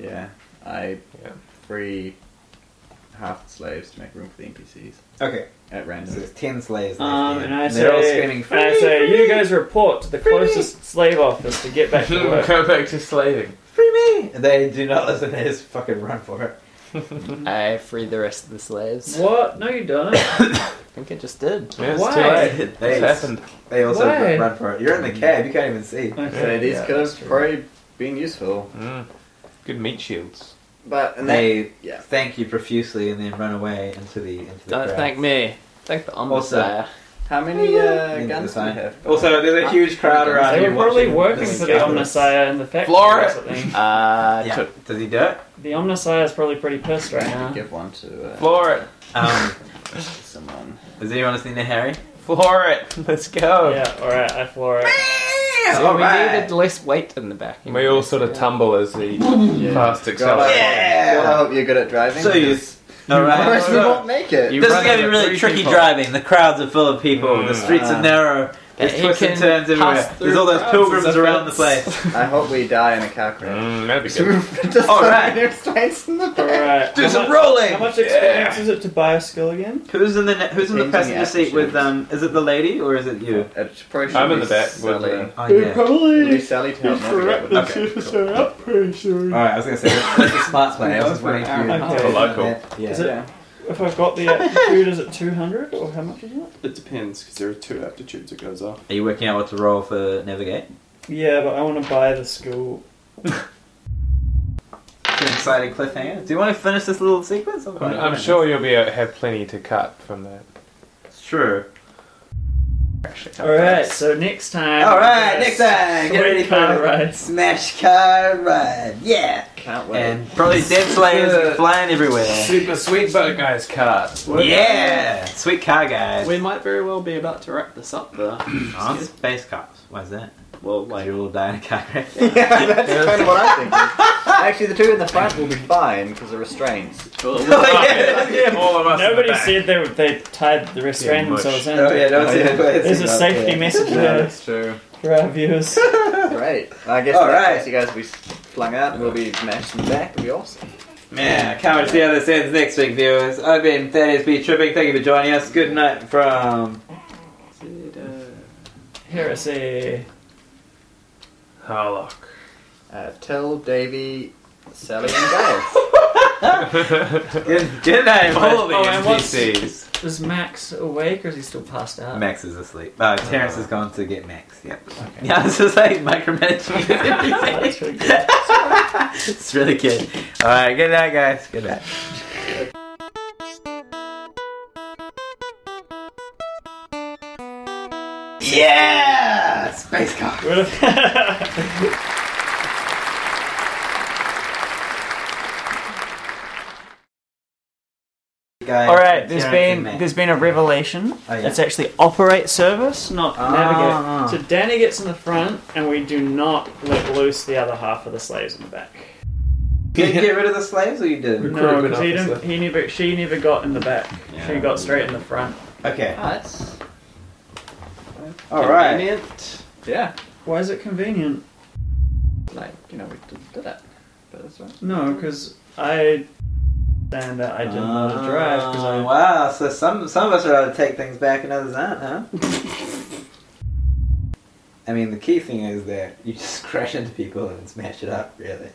Speaker 5: yeah, I
Speaker 6: Yeah.
Speaker 5: free
Speaker 7: (laughs)
Speaker 5: half the slaves to make room for the NPCs
Speaker 1: Okay,
Speaker 5: at
Speaker 1: so
Speaker 5: random.
Speaker 1: there's 10 slaves left.
Speaker 4: Um,
Speaker 1: here.
Speaker 4: and I
Speaker 1: they're all
Speaker 4: say,
Speaker 1: screaming,
Speaker 4: and I say, you guys report to the closest slave office to get
Speaker 1: (laughs)
Speaker 4: back to work.
Speaker 6: (laughs) Go back to slaving.
Speaker 1: Free me! They do not listen. They just fucking run for
Speaker 5: (laughs)
Speaker 1: it.
Speaker 7: I free the rest of the slaves.
Speaker 4: what? No, you don't.
Speaker 7: I think I just did.
Speaker 6: Yeah, it's
Speaker 4: Why?
Speaker 6: too late.
Speaker 1: They-
Speaker 6: It's happened.
Speaker 1: They also
Speaker 4: Why?
Speaker 1: run for it. You're in
Speaker 5: Mm.
Speaker 1: the cab. You can't even see.
Speaker 5: So
Speaker 4: Okay.
Speaker 5: these
Speaker 1: yeah,
Speaker 5: could
Speaker 1: that's
Speaker 5: have probably been useful,
Speaker 6: Mm. Good meat shields.
Speaker 5: but and that,
Speaker 1: They
Speaker 5: yeah.
Speaker 1: thank you profusely and then run away into the into the
Speaker 7: Don't
Speaker 1: crowd.
Speaker 7: thank me. Thank the
Speaker 1: Also-
Speaker 7: Ombudsman.
Speaker 5: How many uh,
Speaker 1: Into the
Speaker 5: guns do we
Speaker 1: sign.
Speaker 5: have?
Speaker 1: Also, there's a huge crowd around.
Speaker 4: They
Speaker 1: you
Speaker 4: were probably
Speaker 1: watching
Speaker 4: working
Speaker 1: this
Speaker 4: for the
Speaker 1: gathering.
Speaker 4: Omnisire in the factory
Speaker 6: Flora-
Speaker 4: or something.
Speaker 7: Uh,
Speaker 1: Yeah.
Speaker 7: took-
Speaker 1: Does he do it?
Speaker 4: The Omnisire is probably pretty pissed right now.
Speaker 5: Give one to uh,
Speaker 6: Floor it. (laughs)
Speaker 1: Um, (laughs)
Speaker 5: someone.
Speaker 1: is anyone listening to Harry?
Speaker 6: Floor it. Let's go.
Speaker 4: Yeah, alright, I floor it.
Speaker 7: See,
Speaker 1: All
Speaker 7: we
Speaker 1: right.
Speaker 7: needed less weight in the back.
Speaker 6: We all sort of tumble as the past
Speaker 5: God, I,
Speaker 6: accelerator.
Speaker 1: Yeah.
Speaker 5: God, I hope you're good at driving.
Speaker 1: So you. All
Speaker 5: Otherwise we
Speaker 1: right.
Speaker 5: won't make it.
Speaker 7: You
Speaker 1: This is
Speaker 7: run
Speaker 1: gonna be
Speaker 7: over
Speaker 1: really
Speaker 7: three
Speaker 1: tricky
Speaker 7: people.
Speaker 1: driving. The crowds are full of people. the
Speaker 6: Mm.
Speaker 1: streets are
Speaker 5: Ah.
Speaker 1: narrow. There's
Speaker 7: And he
Speaker 1: twists and
Speaker 7: can
Speaker 1: turns
Speaker 7: pass
Speaker 1: everywhere. There's
Speaker 7: through
Speaker 1: all those
Speaker 7: crowds as
Speaker 1: pilgrims
Speaker 7: a
Speaker 1: around the
Speaker 7: fence.
Speaker 5: (laughs)
Speaker 1: place.
Speaker 5: I hope we die in a car crash.
Speaker 6: Mm, (laughs) that'd be
Speaker 5: So
Speaker 6: good.
Speaker 5: we've (laughs) just
Speaker 1: All
Speaker 5: so
Speaker 1: right.
Speaker 5: many slaves in the back.
Speaker 4: Alright.
Speaker 1: Do
Speaker 4: how
Speaker 1: some
Speaker 4: much-
Speaker 1: rolling.
Speaker 4: How much experience is it to buy a skill again?
Speaker 1: Who's in the ne- Who's in the
Speaker 5: Depends on the
Speaker 1: passenger seat with um? Is it the lady or is it you?
Speaker 5: It probably should
Speaker 6: I'm in
Speaker 5: be
Speaker 6: the back with
Speaker 5: Sally.
Speaker 6: the-
Speaker 4: Uh,
Speaker 1: Oh
Speaker 5: It'd be
Speaker 4: Probably.
Speaker 5: Sally to help navigate with
Speaker 1: Okay.
Speaker 4: up pretty soon.
Speaker 1: (laughs) All right, I was gonna say that's a smart play. I was just waiting for you.
Speaker 4: Okay.
Speaker 1: to-
Speaker 6: Local.
Speaker 1: Yeah.
Speaker 4: Is it-
Speaker 5: Yeah.
Speaker 4: If I've got (laughs) the aptitude, is it 200 or how much is it?
Speaker 2: It depends because there are two aptitudes it goes off.
Speaker 1: Are you working out what to roll for navigate?
Speaker 4: Yeah, but I want to buy the school.
Speaker 1: It's an exciting cliffhanger. Do you want to finish this little sequence? I'm,
Speaker 6: I'm, I'm sure you'll be able, have plenty to cut from that.
Speaker 1: It's true.
Speaker 5: Actually,
Speaker 4: Alright, so next time.
Speaker 1: All right, next time, get
Speaker 4: Sweet
Speaker 1: ready for
Speaker 4: car
Speaker 1: it.
Speaker 4: ride.
Speaker 1: Smash car ride, yeah.
Speaker 5: Can't wait.
Speaker 1: And probably dead slayers flying everywhere.
Speaker 6: Super sweet boat guy's card. (laughs)
Speaker 1: Yeah, sweet car guys.
Speaker 2: We might very well be about to wrap this up though.
Speaker 1: Aren't space cops? Why's that?
Speaker 2: well,
Speaker 1: Like
Speaker 2: like,
Speaker 1: you all die in a (laughs) car Oh, crash.
Speaker 5: (laughs) yeah, that's kind of what I'm thinking. Actually, the two in the front will be fine because of restraints.
Speaker 1: (laughs) yeah,
Speaker 6: All of us. in the
Speaker 4: Nobody
Speaker 6: back.
Speaker 4: said they, they tied the restraint
Speaker 6: Yeah, mush.
Speaker 4: themselves in.
Speaker 1: Oh yeah, don't see the
Speaker 4: There's a safety message there
Speaker 5: that's true.
Speaker 4: for
Speaker 1: (laughs)
Speaker 4: our viewers.
Speaker 5: Great. I guess
Speaker 1: All
Speaker 5: in that
Speaker 1: right.
Speaker 5: case you guys will be flung out and we'll be mashed in the back. It'll be awesome.
Speaker 1: (laughs) Man, I can't wait to see how this ends next week, viewers. I've been Thaddeus B. Tripping. Thank you for joining us. Good night from.
Speaker 4: Heresy.
Speaker 1: (laughs)
Speaker 6: Harlock. (laughs)
Speaker 5: Uh, tell Davy, Sally, and Giles.
Speaker 1: Good, good night,
Speaker 6: All the
Speaker 1: Max.
Speaker 6: NPCs.
Speaker 4: Is Max awake or is he still passed out?
Speaker 1: Max is asleep. Uh, Terrence has gone to get Max. Yep. (laughs) Yeah, this is like micromanaging
Speaker 4: (laughs) That's
Speaker 1: (laughs) everything.
Speaker 4: really good.
Speaker 1: it's really good. All right, good night, guys. Good night. Yeah, space car.
Speaker 4: Would (laughs) have-
Speaker 1: Guys,
Speaker 4: All right,
Speaker 1: Terrence
Speaker 4: there's
Speaker 1: and
Speaker 4: been
Speaker 1: Max.
Speaker 4: there's been a revelation.
Speaker 1: Oh, yeah.
Speaker 4: It's actually operate service, not
Speaker 1: Ah.
Speaker 4: navigate. So Danny gets in the front, and we do not let loose the other half of the slaves in the back.
Speaker 1: Did you get rid of the slaves or you didn't?
Speaker 4: No,
Speaker 6: Recruitment
Speaker 4: because he
Speaker 6: officer.
Speaker 4: didn't. He never. She never got in the back. She
Speaker 1: Yeah.
Speaker 4: got straight in the front.
Speaker 1: Okay.
Speaker 5: That's
Speaker 1: All right.
Speaker 5: convenient. Yeah.
Speaker 4: Why is it convenient?
Speaker 5: Like, you know, we did, did it. But that's right.
Speaker 4: No, because I and uh, I didn't know how to drive because I.
Speaker 1: Oh, wow, so some some of us are able to take things back and others aren't, huh?
Speaker 4: (laughs)
Speaker 1: (laughs) I mean, the key thing is that you just crash into people and smash it up, really.